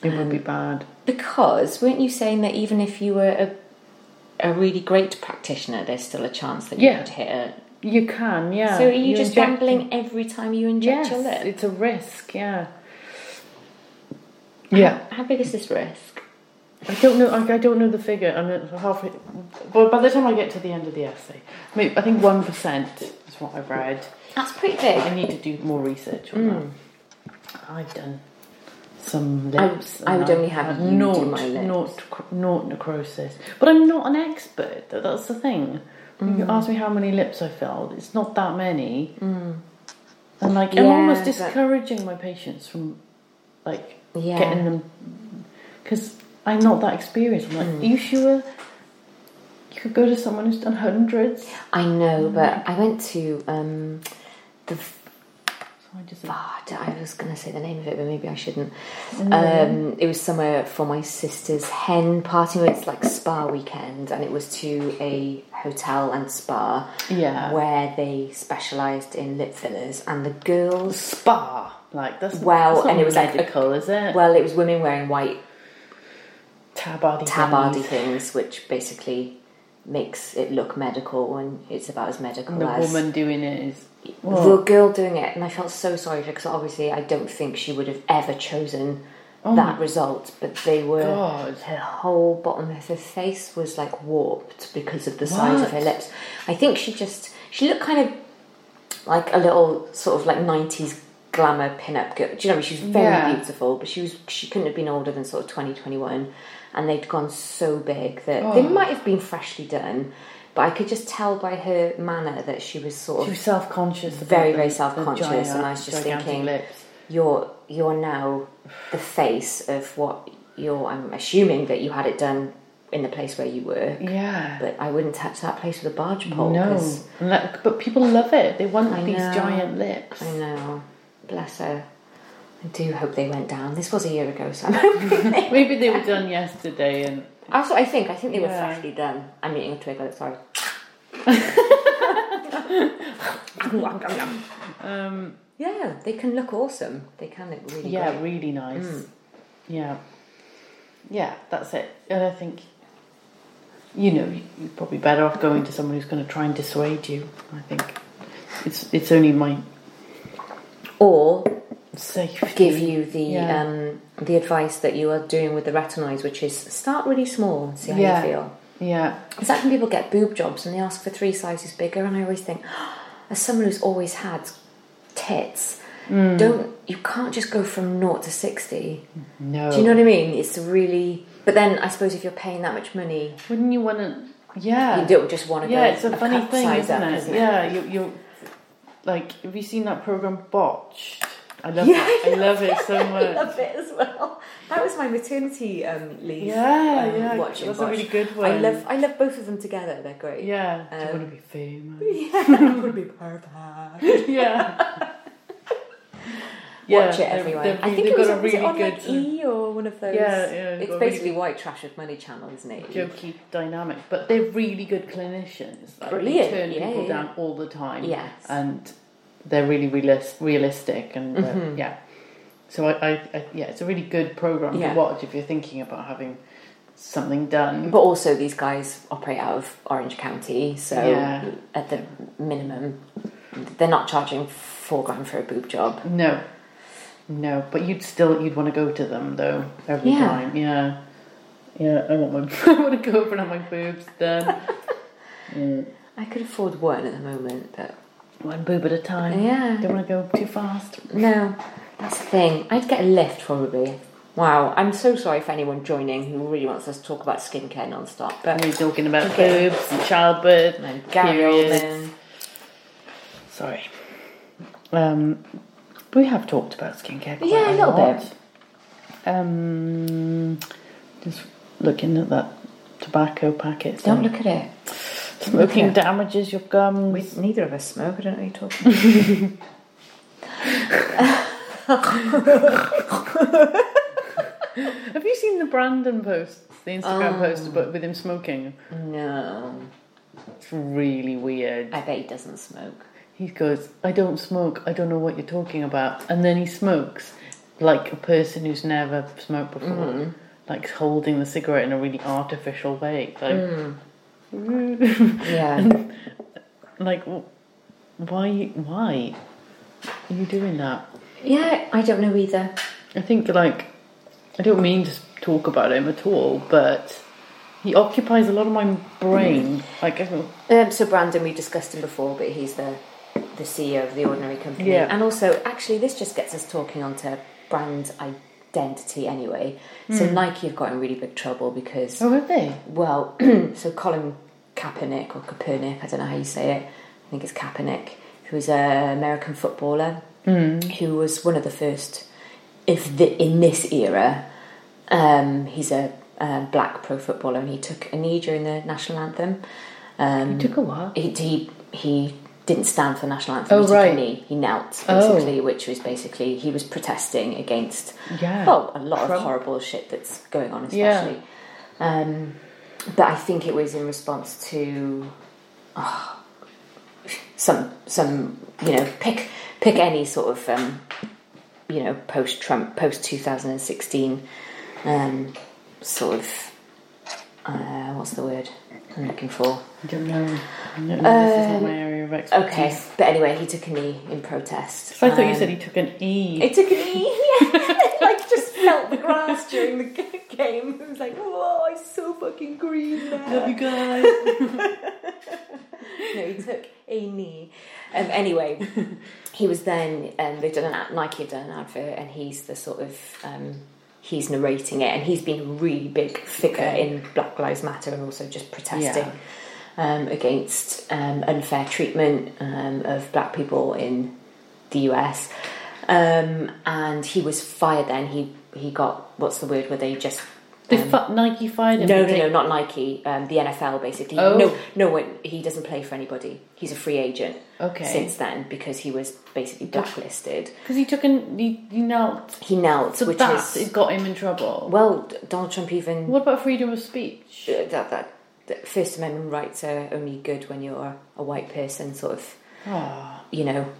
B: it would be bad.
C: Because weren't you saying that even if you were a a really great practitioner, there's still a chance that
B: Yeah.
C: you could hit a.
B: You can, yeah.
C: So are you just
B: inject-
C: gambling every time you inject
B: Yes,
C: your lip?
B: it's a risk. Yeah. Yeah,
C: How big is this risk?
B: I don't know. I, I don't know the figure. I'm at halfway. But by the time I get to the end of the essay, maybe, I think one percent is what I've read.
C: That's pretty big.
B: I need to do more research
C: Hmm.
B: on that. I've done some
C: I-
B: lips.
C: I
B: and
C: would
B: I've
C: only have
B: had
C: you do
B: naught-
C: my lips.
B: naught cr- naught necrosis, but I'm not an expert. though, That's the thing. When
C: Hmm.
B: You ask me how many lips I filled. It's not that many. And like, I'm
C: Hmm. Yeah,
B: almost
C: but-
B: discouraging my patients from like
C: Yeah.
B: getting them because I'm not that experienced. I'm like,
C: Hmm.
B: are you sure? You could go to someone who's done hundreds.
C: I know, but I went to um, the
B: I just
C: Ah, d- I was going to say the name of it, but maybe I shouldn't. Um, it was somewhere for my sister's hen party. It's like spa weekend, and it was to a hotel and spa.
B: Yeah.
C: Where they specialised in lip fillers, and the girls.
B: spa like that's
C: Well,
B: that's not
C: and it was like a-
B: medical, is it?
C: Well, it was women wearing white
B: tabardy
C: tabardy
B: thingies.
C: things, which basically makes it look medical when it's about as medical
B: The
C: as
B: woman doing it is
C: the girl doing it, and I felt so sorry for her because obviously I don't think she would have ever chosen that result. But they were
B: Oh God.
C: her whole bottom of her face was like warped because of the size of her
B: What?
C: lips. I think she just she looked kind of like a little sort of like nineties glamour pin-up girl. Do you know? what I mean? She was very
B: Yeah.
C: beautiful, but she was she couldn't have been older than sort of twenty twenty one. And they'd gone so big that
B: Oh.
C: they might have been freshly done, but I could just tell by her manner that she was sort of
B: she was self conscious.
C: Very, very self-conscious, and I was just thinking-
B: lips.
C: you're you're now the face of what you're I'm assuming that you had it done in the place where you were.
B: Yeah.
C: But I wouldn't touch that place with a barge pole.
B: no,
C: 'cause
B: And that- but people love it. They want
C: I
B: these
C: know.
B: giant lips.
C: I know. Bless her. I do hope they went down. This was a year ago, so I'm hoping they
B: Maybe they were done yesterday, and
C: That's what I think. I think they were
B: Yeah.
C: freshly done. I'm eating a twig of it, sorry.
B: um,
C: Yeah, they can look awesome. They can look really
B: yeah,
C: great. Mm.
B: really nice. Yeah, yeah, that's it. And I think you know you- you're probably better off going to someone who's going to try and dissuade you. I think it's it's only my
C: Or
B: safety.
C: give you the
B: Yeah.
C: um, the advice that you are doing with the retinoids, which is start really small and see how
B: Yeah.
C: you feel.
B: yeah.
C: It's like when people get boob jobs and they ask for three sizes bigger, and I always think, "Ah, as someone who's always had tits,
B: Hmm.
C: don't you can't just go from naught to sixty.
B: No.
C: Do you know what I mean? It's really. But then I suppose if you're paying that much money,
B: Wouldn't you want to? Yeah.
C: you don't just want to
B: yeah,
C: go.
B: it's a, funny
C: cup
B: thing,
C: size
B: isn't,
C: up,
B: it?
C: isn't
B: Yeah, you you like. Have you seen that program Botched? I love
C: Yeah,
B: it. I love it so much.
C: I love it as well. That was my maternity um, leave.
B: Yeah,
C: um,
B: yeah,
C: watching
B: that's a
C: Bosch.
B: really good
C: I
B: one.
C: love, I love both of them together. They're great.
B: Yeah, do you
C: Um,
B: want to be famous?
C: it would be perfect.
B: yeah. Yeah,
C: Watch it,
B: they've-
C: everyone.
B: they've-
C: I think
B: they've
C: it was,
B: got a
C: was it
B: really
C: on like
B: good, uh,
C: E or one of those.
B: Yeah, yeah,
C: It's
B: got a really
C: basically white trash with money channel, isn't it?
B: jokey dynamic, but they're really good clinicians. Like,
C: Brilliant,
B: They turn
C: yeah,
B: people
C: yeah.
B: down all the time.
C: Yes.
B: And they're really realis- realistic and uh,
C: Mm-hmm.
B: yeah. So I, I, I, yeah, it's a really good program
C: Yeah.
B: to watch if you're thinking about having something done.
C: But also, these guys operate out of Orange County, so
B: Yeah.
C: at the minimum, they're not charging four grand for a boob job.
B: No, no, but you'd still you'd want to go to them though every
C: Yeah.
B: time. Yeah, yeah. I want my I want to go over and have my boobs done.
C: I could afford one at the moment, but
B: One boob at a time.
C: Yeah.
B: Don't want to go too fast.
C: No, that's the thing. I'd get a lift probably. Wow, I'm so sorry for anyone joining who really wants us to talk about skincare non-stop. But
B: We're talking about
C: Okay.
B: boobs and childbirth
C: and
B: and
C: Gary
B: periods.
C: Oldman.
B: Sorry. Um, we have talked about skincare. Quite
C: Yeah, a little
B: lot.
C: bit.
B: Um, just looking at that tobacco packet.
C: Don't look at it.
B: Smoking damages your gums.
C: We, neither of us smoke. I don't know what you're talking. about.
B: Have you seen the Brandon post, the
C: Oh.
B: Instagram post about with him smoking?
C: no,
B: It's really weird.
C: I bet he doesn't smoke.
B: He goes, I don't smoke, I don't know what you're talking about. And then he smokes like a person who's never smoked before,
C: Mm-hmm.
B: like holding the cigarette in a really artificial way. Like,
C: Mm. Yeah,
B: like w- why, why are you doing that?
C: yeah, I don't know either.
B: I think, like, I don't mean to talk about him at all, but he occupies a lot of my brain. Like, oh, I don't
C: Um, so Brandon, we discussed him before, but he's the the CEO of the Ordinary Company,
B: Yeah.
C: and also actually this just gets us talking onto brand identity anyway. So Nike have got in really big trouble because
B: Oh, have they?
C: well, so Colin Kaepernick or Kaepernick, I don't know how you say it. I think it's Kaepernick, who's an American footballer
B: Mm.
C: who was one of the first, if the, in this era, um, he's a um, black pro footballer and he took a knee during the national anthem. Um,
B: Took a while.
C: he, he he didn't stand for the national anthem.
B: Oh,
C: he took
B: right.
C: a knee. He knelt
B: Oh.
C: basically, which was basically he was protesting against
B: Yeah.
C: well, a lot
B: Trump.
C: of horrible shit that's going on,
B: Yeah.
C: especially. Um, but I think it was in response to ah, some some you know pick pick any sort of um, you know post Trump post 2016 um, sort of uh, what's the word I'm looking for
B: I don't know. I don't know. this is not my area of expertise.
C: Um, Okay, but anyway, he took a knee in protest.
B: So I thought you
C: Um,
B: said he took an E.
C: It took an E, yeah. like just felt the grass during the g- game. It was like, whoa, I'm so fucking green now.
B: Love you guys.
C: No, he took a knee. Um, anyway, he was then um, they've done an ad, Nike had done an advert, and he's the sort of um, he's narrating it, and he's been a really big figure in Black Lives Matter, and also just protesting.
B: Yeah.
C: Um, against um, unfair treatment um, of black people in the US. Um, and he was fired then. He he got what's the word where they just
B: They fu- Nike fired him.
C: Um, no,
B: did
C: no,
B: they?
C: no, not Nike. Um, the NFL, basically.
B: Oh.
C: No, no one. He doesn't play for anybody. He's a free agent.
B: Okay.
C: Since then, because he was basically blacklisted,
B: Because he took an he, he knelt.
C: he knelt,
B: So
C: which
B: that
C: is
B: it got him in trouble.
C: well, D- Donald Trump even
B: what about freedom of speech?
C: uh, that, that that First Amendment rights are only good when you're a white person, sort of. You know.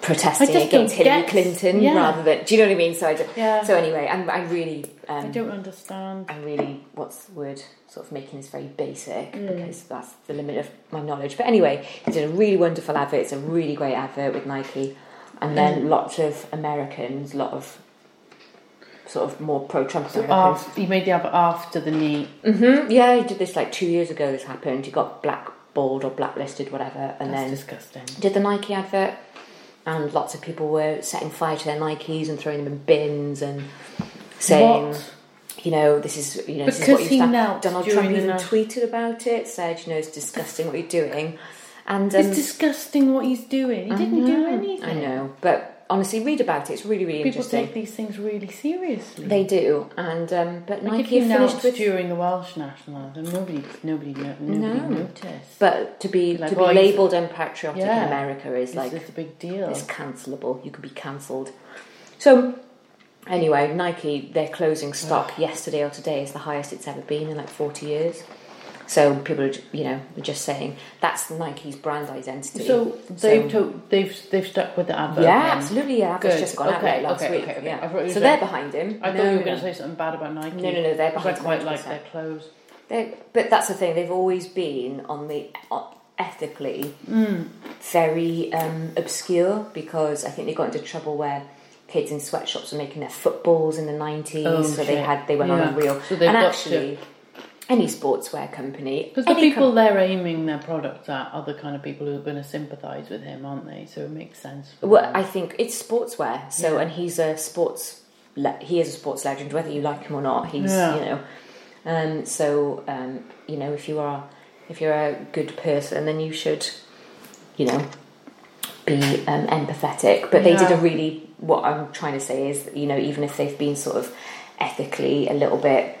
C: Protesting
B: don't
C: against Hillary
B: get-
C: Clinton
B: yeah.
C: rather than do you know what I mean? So I d-
B: Yeah.
C: so anyway, I'm I really um,
B: I don't understand.
C: I'm really what's the word sort of making this very basic
B: Mm.
C: because that's the limit of my knowledge. But anyway, he did a really wonderful advert. It's a really great advert with Nike, and then
B: Mm.
C: lots of Americans, lot of sort of more pro-Trump Americans.
B: After, he made the advert after the knee.
C: yeah, he did this like two years ago. This happened. He got blackballed or blacklisted, whatever, and
B: That's
C: then
B: disgusting.
C: did the Nike advert, and lots of people were setting fire to their Nikes and throwing them in bins and saying,
B: What?
C: you know, this is you know this is
B: Because
C: what you've
B: he
C: done.
B: knelt
C: Donald
B: during
C: Trump
B: the
C: even
B: nas-
C: tweeted about it, said, you know, it's disgusting what you're doing, and um,
B: It's disgusting what he's doing. He didn't do anything.
C: I know, but honestly, read about it. It's really really
B: People
C: interesting.
B: take these things really seriously.
C: they do, and um, but
B: like if
C: Nike
B: he
C: have
B: knelt
C: finished with.
B: during the Welsh national anthem, nobody, nobody, no, nobody
C: No.
B: noticed.
C: But to be
B: Like,
C: to be
B: well, he's-
C: labelled unpatriotic
B: Yeah.
C: in America is
B: it's,
C: like
B: it's a big deal.
C: It's cancelable. You could be cancelled. So, anyway, Nike, their closing stock yesterday or today is the highest it's ever been in like 40 years. So people are, ju- you know, are just saying that's Nike's brand identity.
B: So
C: So-
B: they've to- they've they've stuck with the advert.
C: yeah,
B: then.
C: absolutely. Yeah, that was
B: Good.
C: just gone out
B: Okay,
C: like last
B: okay,
C: week.
B: okay, okay. I
C: Yeah.
B: thought you were
C: So they're
B: saying-
C: behind him.
B: I thought
C: No,
B: you were
C: no.
B: going to say something bad about Nike.
C: No, no, no, they're
B: Because I
C: behind
B: quite
C: 100%.
B: like their clothes.
C: They- but that's the thing. They've always been on the on- ethically very um, obscure because I think they got into trouble where kids in sweatshops were making their footballs in the nineties,
B: Oh,
C: so they
B: shit.
C: had they went on
B: Yeah.
C: a real
B: So they've
C: and
B: got
C: actually any sportswear company
B: Because the
C: any
B: people
C: com-
B: they're aiming their products at are the kind of people who are going to sympathise with him, aren't they? So it makes sense. For
C: well,
B: them.
C: I think it's sportswear. So and he's a sports le- he is a sports legend, whether you like him or not. He's
B: Yeah.
C: you know. Um, so um, you know if you are if you're a good person, then you should you know be um, empathetic. But they did a
B: Yeah.
C: really what I'm trying to say is you know even if they've been sort of ethically a little bit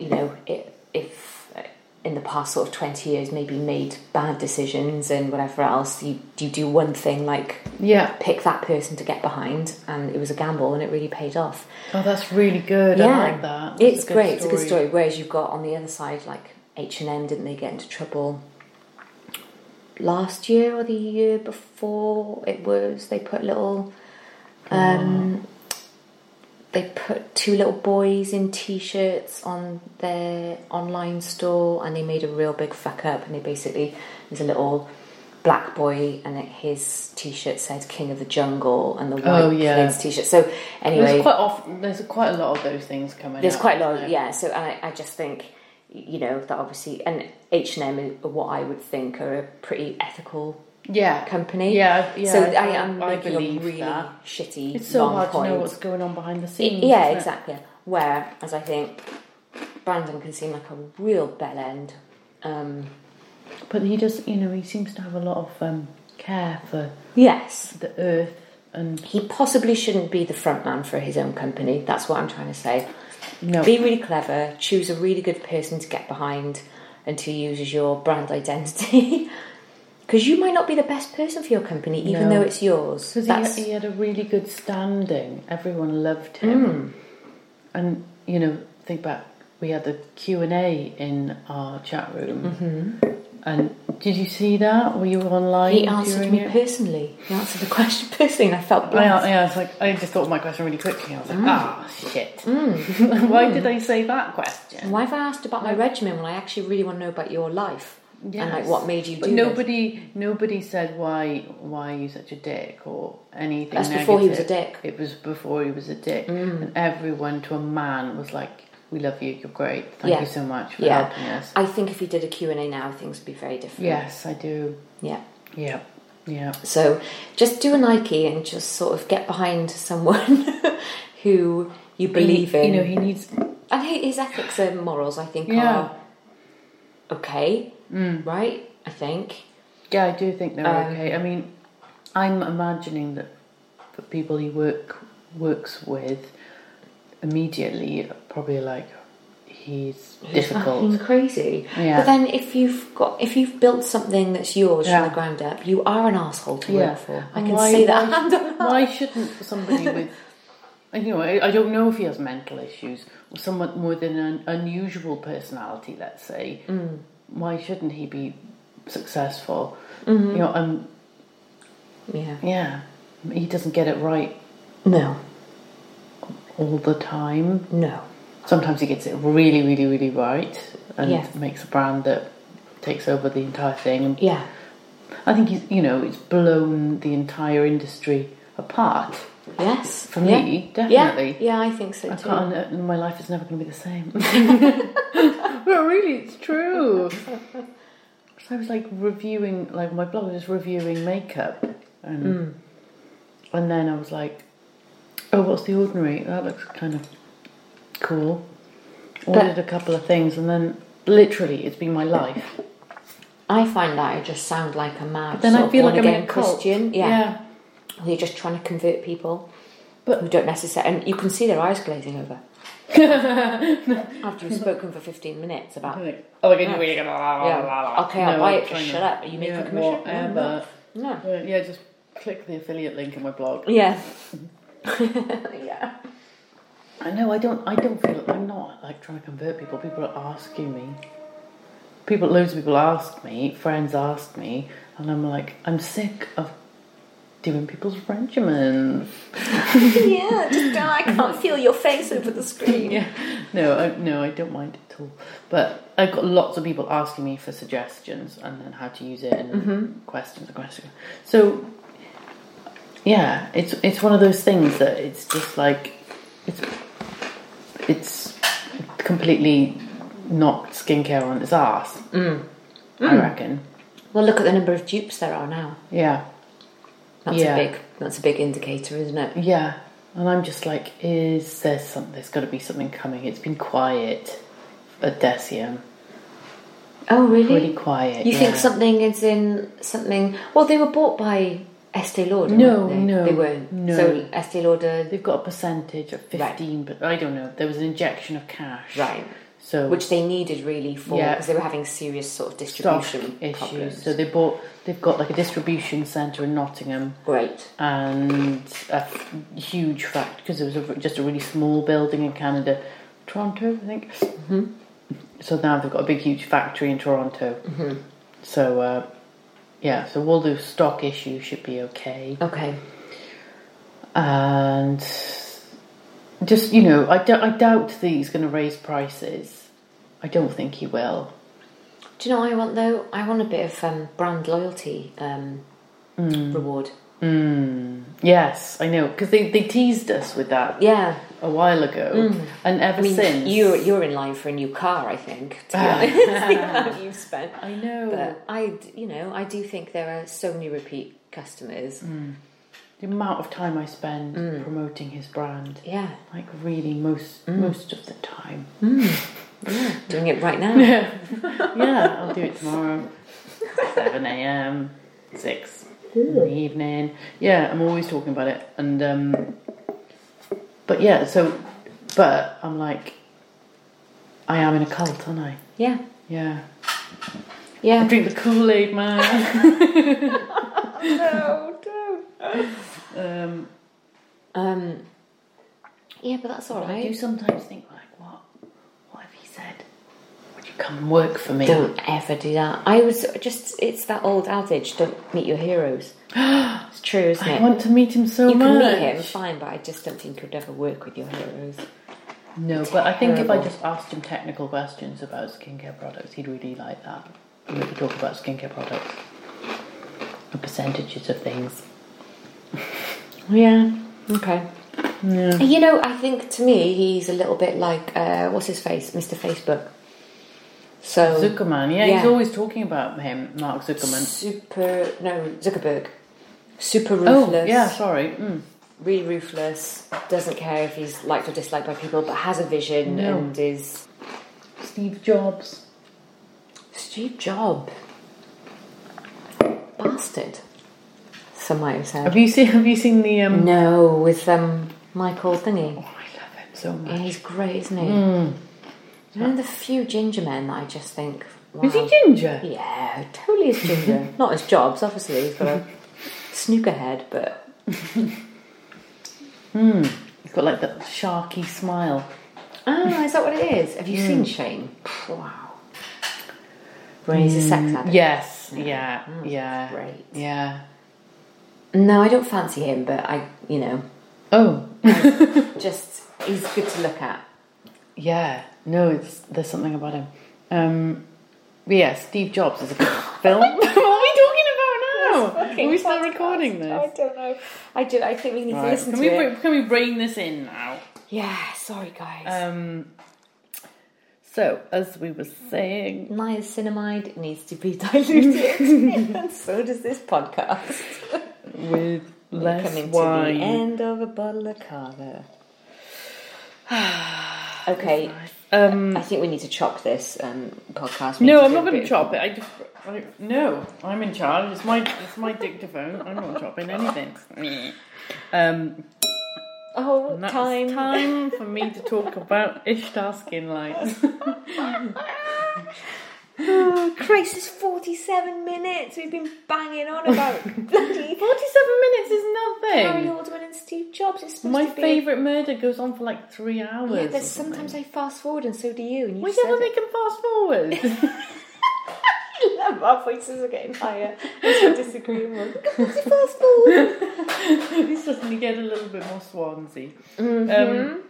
C: you know it, if uh, in the past sort of 20 years maybe made bad decisions and whatever else you, you do one thing like
B: yeah.
C: pick that person to get behind, and it was a gamble, and it really paid off.
B: Oh, that's really good. I like that. That's
C: it's
B: a good
C: great. It's a good story. Whereas you've got on the other side, like H and M, didn't they get into trouble last year or the year before? It was they put little,
B: Oh.
C: um, they put two little boys in t-shirts on their online store, and they made a real big fuck up. And they basically there's a little. Black boy and it, his T-shirt said "King of the Jungle" and the white
B: Oh, yeah.
C: kid's T-shirt. So anyway,
B: There's quite often. There's quite a lot of those things coming.
C: there's
B: out,
C: quite a lot,
B: isn't
C: of,
B: there?
C: yeah. So and I, I just think, you know, that obviously, and H and M are what I would think are a pretty ethical
B: yeah,
C: company.
B: Yeah, yeah.
C: So I am
B: I
C: making a
B: believe
C: really
B: that.
C: shitty.
B: It's so
C: long
B: hard
C: point.
B: to know what's going on behind the scenes.
C: Yeah,
B: isn't it?
C: exactly. Where, as I think, Brandon can seem like a real bell end. Um,
B: But he does. You know, he seems to have a lot of um, care for
C: yes,
B: the earth and
C: he possibly shouldn't be the front man for his own company. That's what I'm trying to say.
B: no.
C: Be really clever, choose a really good person to get behind and who uses your brand identity. because you might not be the best person for your company, even
B: No.
C: though it's yours.
B: Because
C: That's
B: he, he had a really good standing. Everyone loved
C: Hmm.
B: him. And, you know, think back, we had the Q&A in our chat room. And did you see that? Were you online?
C: Mm-hmm. he answered
B: during
C: me
B: it?
C: personally. He answered the question personally, and I felt
B: I,
C: blessed.
B: yeah, I was like, I just thought of my question really quickly. I was like,
C: Mm.
B: ah, shit. Why did I say that question?
C: Why have I asked about my regimen when I actually really want to know about your life and like what made you
B: But
C: do this?
B: nobody, nobody said why. Why are you such a dick or anything?
C: That's before he was a
B: negative.
C: dick. Mm.
B: It was before he was a dick, and everyone to a man was like, "We love you. You're great. Thank
C: Yeah.
B: you so much for
C: Yeah,
B: helping us."
C: I think if he did a Q and A now, things would be very different.
B: yes, I do.
C: yeah.
B: Yeah, yeah.
C: So just do a Nike and just sort of get behind someone who you believe in.
B: You know, he needs.
C: and he- his ethics and morals, I think,
B: Yeah. Mm.
C: are okay, right? I think.
B: Yeah, I do think they're
C: Um,
B: okay. I mean, I'm imagining that the people he work works with immediately are probably like he's difficult.
C: Fucking crazy.
B: Yeah.
C: But then if you've got if you've built something that's yours
B: Yeah.
C: from the ground up, you are an asshole to
B: Yeah.
C: work for. I
B: And
C: can
B: why-
C: say that
B: why-
C: hand on heart.
B: Why shouldn't somebody with, you know, I, I don't know if he has mental issues or someone with an un, unusual personality, let's say,
C: Mm.
B: why shouldn't he be successful?
C: Mm-hmm.
B: You know, um,
C: Yeah.
B: yeah, he doesn't get it right
C: No.
B: all the time.
C: No.
B: Sometimes he gets it really, really, really right and
C: Yeah.
B: makes a brand that takes over the entire thing. And
C: Yeah.
B: I think he's, you know, it's blown the entire industry apart.
C: Yes.
B: For
C: Yeah.
B: me,
C: Yeah.
B: definitely.
C: Yeah, I think so
B: I
C: too.
B: can't, uh, my life is never going to be the same. well, really, it's true. So I was like reviewing, like my blog was reviewing makeup, and and then I was like, oh, what's the ordinary? That looks kind of cool. Ordered a couple of things, and then literally, it's been my life.
C: I find that I just sound like a mad
B: Then
C: sort
B: I feel
C: of
B: like I'm in
C: born-again
B: a cult.
C: Christian. Well, you're just trying to convert people
B: But-
C: who don't necessarily. And you can see their eyes glazing over. After you've spoken for 15 minutes about.
B: I'm like, oh, I'm really gonna la la
C: Yeah.
B: la la.
C: Okay, I'll buy it,
B: trying
C: just
B: to-
C: shut up. Are you making
B: yeah,
C: a commission?
B: Whatever.
C: No.
B: Yeah, yeah, just click the affiliate link in my blog.
C: Yeah. yeah.
B: I know. I don't. I don't feel. I'm not like trying to convert people. People are asking me. People, loads of people ask me. Friends ask me, and I'm like, I'm sick of doing people's regimens.
C: yeah, just don't, I can't feel your face over the screen.
B: Yeah. No, I, no, I don't mind at all. But I've got lots of people asking me for suggestions and then how to use it and
C: Mm-hmm.
B: questions and questions. So, yeah, it's it's one of those things that it's just like it's it's completely knocked skincare on its ass.
C: Mm.
B: I reckon.
C: Well, look at the number of dupes there are now.
B: Yeah,
C: That's
B: Yeah.
C: a big. That's a big indicator, isn't it?
B: yeah. And I'm just like, is there something? There's got to be something coming. It's been quiet at Decium.
C: Oh, really?
B: Really quiet.
C: You think
B: yeah.
C: something is in something? Well, they were bought by Estee Lauder.
B: No,
C: weren't they?
B: no,
C: they weren't.
B: no.
C: So Estee Lauder,
B: They've got a percentage of 15, but I don't know. There was an injection of cash.
C: right?
B: So
C: Which they needed really for
B: Yeah.
C: because they were having serious sort of
B: stock
C: distribution
B: issues.
C: problems.
B: So they bought they've got like a distribution center in Nottingham
C: Great.
B: and a f- huge fact because it was a, just a really small building in Canada, Toronto, I think. Mm-hmm. So now they've got a big huge factory in Toronto. Mm-hmm. So uh, yeah, so all those stock issues should be okay.
C: Okay.
B: and just you know, I, do, I doubt that he's going to raise prices. I don't think he will.
C: Do you know what I want though? I want a bit of um, brand loyalty um,
B: Mm.
C: reward.
B: Yes, I know because they, they teased us with that
C: Yeah. Mm.
B: a while ago, and ever
C: I mean,
B: since
C: you're you're in line for a new car, I think. To be honest, Like, you spent.
B: I know
C: But I, d- you know, I do think there are so many repeat customers.
B: Mm. the amount of time I spend promoting his brand.
C: Mm. Yeah. Mm.
B: Like really, most most of the time.
C: Doing it right now.
B: Yeah, I'll do it tomorrow. Seven a.m. Six in the evening. Yeah, I'm always talking about it, and um, but yeah, so but I'm like, I am in a cult, aren't I?
C: yeah.
B: Yeah,
C: Yeah.
B: I drink the Kool Aid man.
C: no, don't.
B: um,
C: Um, yeah, but that's all
B: I do
C: right.
B: sometimes think like, what? What have he said? Would you come and work for me?
C: Don't ever do that. I was just, it's that old adage don't meet your heroes. It's true, isn't
B: I
C: it?
B: want to meet him so
C: you
B: much.
C: can meet him, fine, but I just don't think you'd ever work with your heroes.
B: No, but I think if I
C: Terrible.
B: just asked him technical questions about skincare products, he'd really like that. And we could talk about skincare products and percentages of things.
C: Yeah. Okay. You know, I think to me he's a little bit like uh, what's his face, Mr. Facebook. So
B: Zuckerman, yeah, he's
C: Yeah.
B: always talking about him, Mark Zuckerman.
C: super no Zuckerberg, super ruthless.
B: Oh, yeah, sorry. Mm.
C: really ruthless. Doesn't care if he's liked or disliked by people, but has a vision
B: No.
C: and is
B: Steve Jobs.
C: Steve Jobs. Bastard. Some might have said.
B: Have you seen? Have you seen the? Um,
C: No, with um, Michael Thingy.
B: Oh, I love him so
C: Yeah,
B: much.
C: he's great, isn't he?
B: Hmm.
C: One of the few ginger men that I just think. Wow.
B: Is he ginger?
C: Yeah, totally is ginger. Not as Jobs, obviously. He's got a snooker head, but
B: He's got like that sharky smile.
C: ah, is that what it is? Have you seen Shane? Wow. Where he's a sex addict.
B: Yes. Hmm, Yeah. Mm. Yeah.
C: great.
B: Yeah.
C: No, I don't fancy him, but I, you know,
B: Oh.
C: just he's good to look at.
B: Yeah. No, it's there's something about him. Um, but yeah, Steve Jobs is a good film. what are we talking about now? Are we still recording this?
C: don't know. I do. I think we need to
B: Right.
C: listen
B: Can we
C: to it.
B: br- can we bring this in now?
C: Yeah. Sorry, guys.
B: Um, so as we were saying,
C: niacinamide needs to be diluted, and so does this podcast.
B: with less
C: Coming to the
B: wine.
C: end of a bottle of cava. okay,
B: Um,
C: I think we need to chop this um, podcast. We need
B: no,
C: to
B: I'm
C: do
B: not
C: a
B: going to
C: bit-
B: chop it. I just I, no, I'm in charge. It's my it's my dictaphone. I'm not chopping anything. Um,
C: Oh,
B: and that's
C: time.
B: time. time for me to talk about Ishtar skin lines.
C: Oh, Ah, Christ, it's 47 minutes. We've been banging on about bloody
B: Forty-seven minutes is
C: Harry
B: nothing.
C: Alderman and Steve Jobs. It's supposed
B: My
C: to be.
B: favourite murder goes on for like three hours.
C: Yeah,
B: or
C: but
B: something.
C: sometimes I fast forward, and so do you. And you
B: Well,
C: said
B: yeah, well,
C: it.
B: they can fast forward.
C: Our voices are getting higher. It's so disagreeable. Fast forward.
B: this doesn't get a little bit more Swansea.
C: Mm-hmm.
B: Um,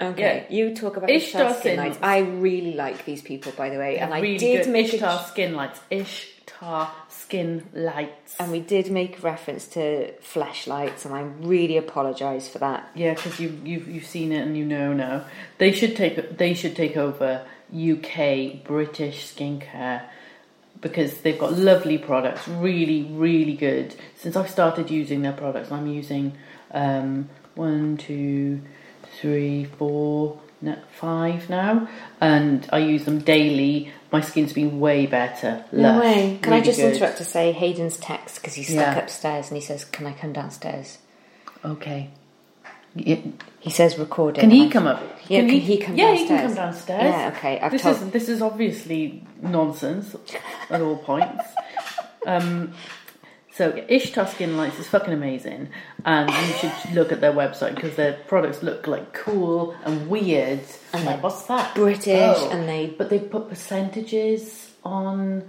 C: Okay, you talk about
B: Ishtar
C: Ishtar skin
B: Sins.
C: lights. I really like these people, by the way, and I
B: really
C: did
B: good
C: make
B: Ishtar
C: a,
B: skin lights. Ishtar skin lights.
C: and we did make reference to flashlights, and I really apologise for that.
B: Yeah, because you you've you've seen it and you know now. They should take they should take over UK British skincare because they've got lovely products, really really good. Since I've started using their products, I'm using um, one, two, three, four, no- five now, and I use them daily. My skin's been way better.
C: No
B: lush,
C: way. Can I
B: really
C: just
B: good.
C: interrupt to say Hayden's text because he's stuck
B: Yeah.
C: upstairs and he says, "Can I come downstairs?"
B: Okay. Y-
C: He says, "Recording."
B: Can
C: And
B: he
C: I-
B: come up?
C: Yeah, can he come
B: yeah, he can
C: downstairs?
B: come downstairs.
C: Yeah, okay, I've
B: this
C: told-
B: is this is obviously nonsense at all points. um, so yeah, Ishtar Skin Lights is fucking amazing, and you should look at their website because their products look like cool and weird. And like, what's that? Oh,
C: British, and they-
B: but they put percentages on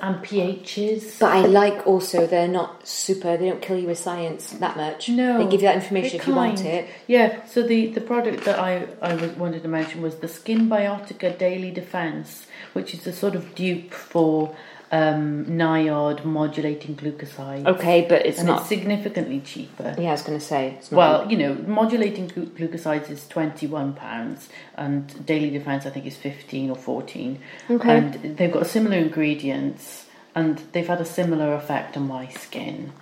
B: and pHs.
C: But I like also they're not super. They don't kill you with science that much.
B: No,
C: they give you
B: they're
C: that information if you want
B: kind.
C: it.
B: Yeah. So the the product that I I was wanted to mention was the Skin Biotica Daily Defense, which is a sort of dupe for um, Niod modulating glucosides.
C: Okay, but it's
B: and
C: not.
B: it's significantly cheaper.
C: yeah, I was going to say it's not.
B: Well, you know, modulating glu- glucosides is twenty-one pounds, and Daily Defense I think is fifteen or fourteen.
C: Okay.
B: And they've got similar ingredients, and they've had a similar effect on my skin.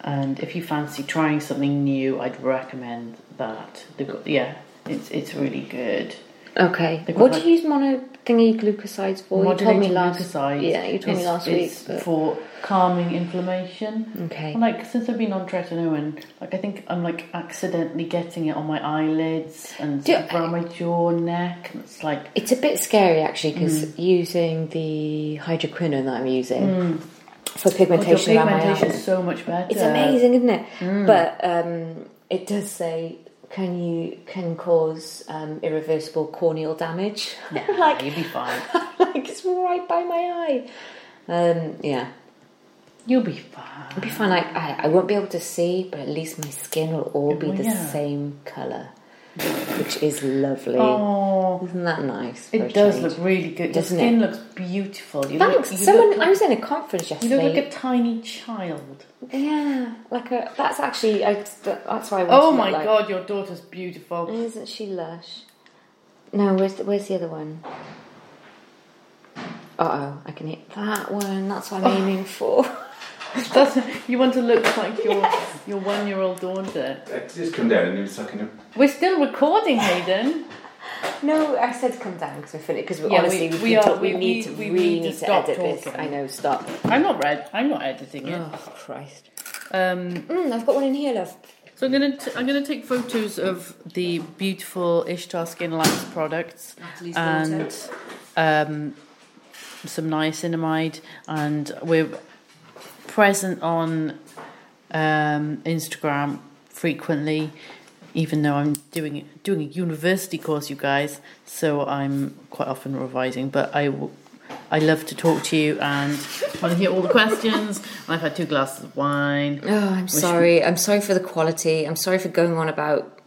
B: And if you fancy trying something new, I'd recommend that. They've got yeah, it's it's really good.
C: Okay.
B: They've got
C: What
B: like-
C: do you use mono thingy glucosides for? You told me
B: Modulating
C: last.
B: leukocytes
C: Yeah, you told me
B: is-
C: last week.
B: is
C: but-
B: for calming inflammation.
C: Okay.
B: And, like since I've been on tretinoin, like I think I'm like accidentally getting it on my eyelids and
C: Do-
B: around my jaw, neck, and it's like
C: It's a bit scary actually because
B: Mm-hmm.
C: using the hydroquinone that I'm using for
B: Mm. your
C: pigmentation around my
B: pigmentation
C: eyes,
B: is Mm. so much better.
C: it's amazing, isn't it? But um, it does say can you can cause um, irreversible corneal damage.
B: Like you'll be fine.
C: like it's right by my eye. Um, yeah,
B: You'll be fine.
C: it'd be fun. Like I, I won't be able to see, but at least my skin will all be
B: Well,
C: the
B: Oh, yeah.
C: same color, which is lovely.
B: Oh,
C: Isn't that nice? for a
B: it does
C: change?
B: look really good. Your
C: Doesn't
B: skin
C: it?
B: looks beautiful. You
C: Thanks.
B: Look, you
C: Someone.
B: Look,
C: I was in a conference
B: you look
C: yesterday.
B: like a tiny child.
C: Yeah, like a, that's actually I, that's why I want
B: Oh
C: to
B: my
C: look like.
B: god, your daughter's beautiful.
C: Isn't she lush? No, where's the, where's the other one? Uh oh, I can hit that one. That's what I'm
B: Oh.
C: aiming for.
B: That's, you want to look like your your one year old daughter.
D: Just come down and do a second. him.
B: We're still recording, Hayden.
C: No, I said come down because we're finished. Because
B: Yeah,
C: honestly,
B: we-
C: we,
B: we
C: can
B: are-
C: talk- we,
B: we-
C: need to
B: we- we
C: really
B: need to
C: need to,
B: stop
C: edit this.
B: talking.
C: I know. Stop.
B: I'm not red. I'm not editing it.
C: Oh Christ.
B: Um,
C: Mm, I've got one in here, love.
B: so I'm gonna t- I'm gonna take photos of the beautiful Ishtar Skin Labs products
C: Natalie's
B: and um, some niacinamide, and we're present on um, Instagram frequently. Even though I'm doing doing a university course, you guys, so I'm quite often revising. But I, w- I love to talk to you and want to hear all the questions. I've had two glasses of wine.
C: Oh, I'm sorry. I'm sorry for the quality. I'm sorry for going on about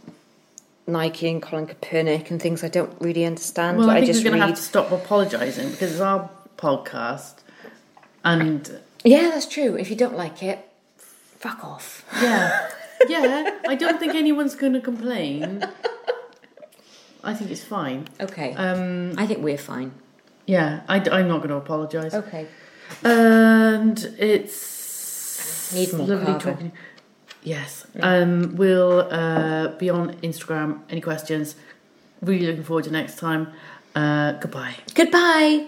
C: Nike and Colin Kaepernick and things I don't really understand.
B: Well, I,
C: I
B: think
C: just
B: we're going
C: read.
B: to have to stop apologising because it's our podcast, and
C: Yeah, that's true. If you don't like it, fuck off.
B: yeah, yeah. I don't think anyone's going to complain. I think it's fine.
C: Okay. Um, I think we're fine.
B: Yeah, I, am not going to apologise.
C: Okay.
B: And it's
C: Need more
B: lovely
C: carving.
B: talking. Yes. Um, we'll uh, be on Instagram. Any questions? Really looking forward to next time. Uh, goodbye.
C: Goodbye.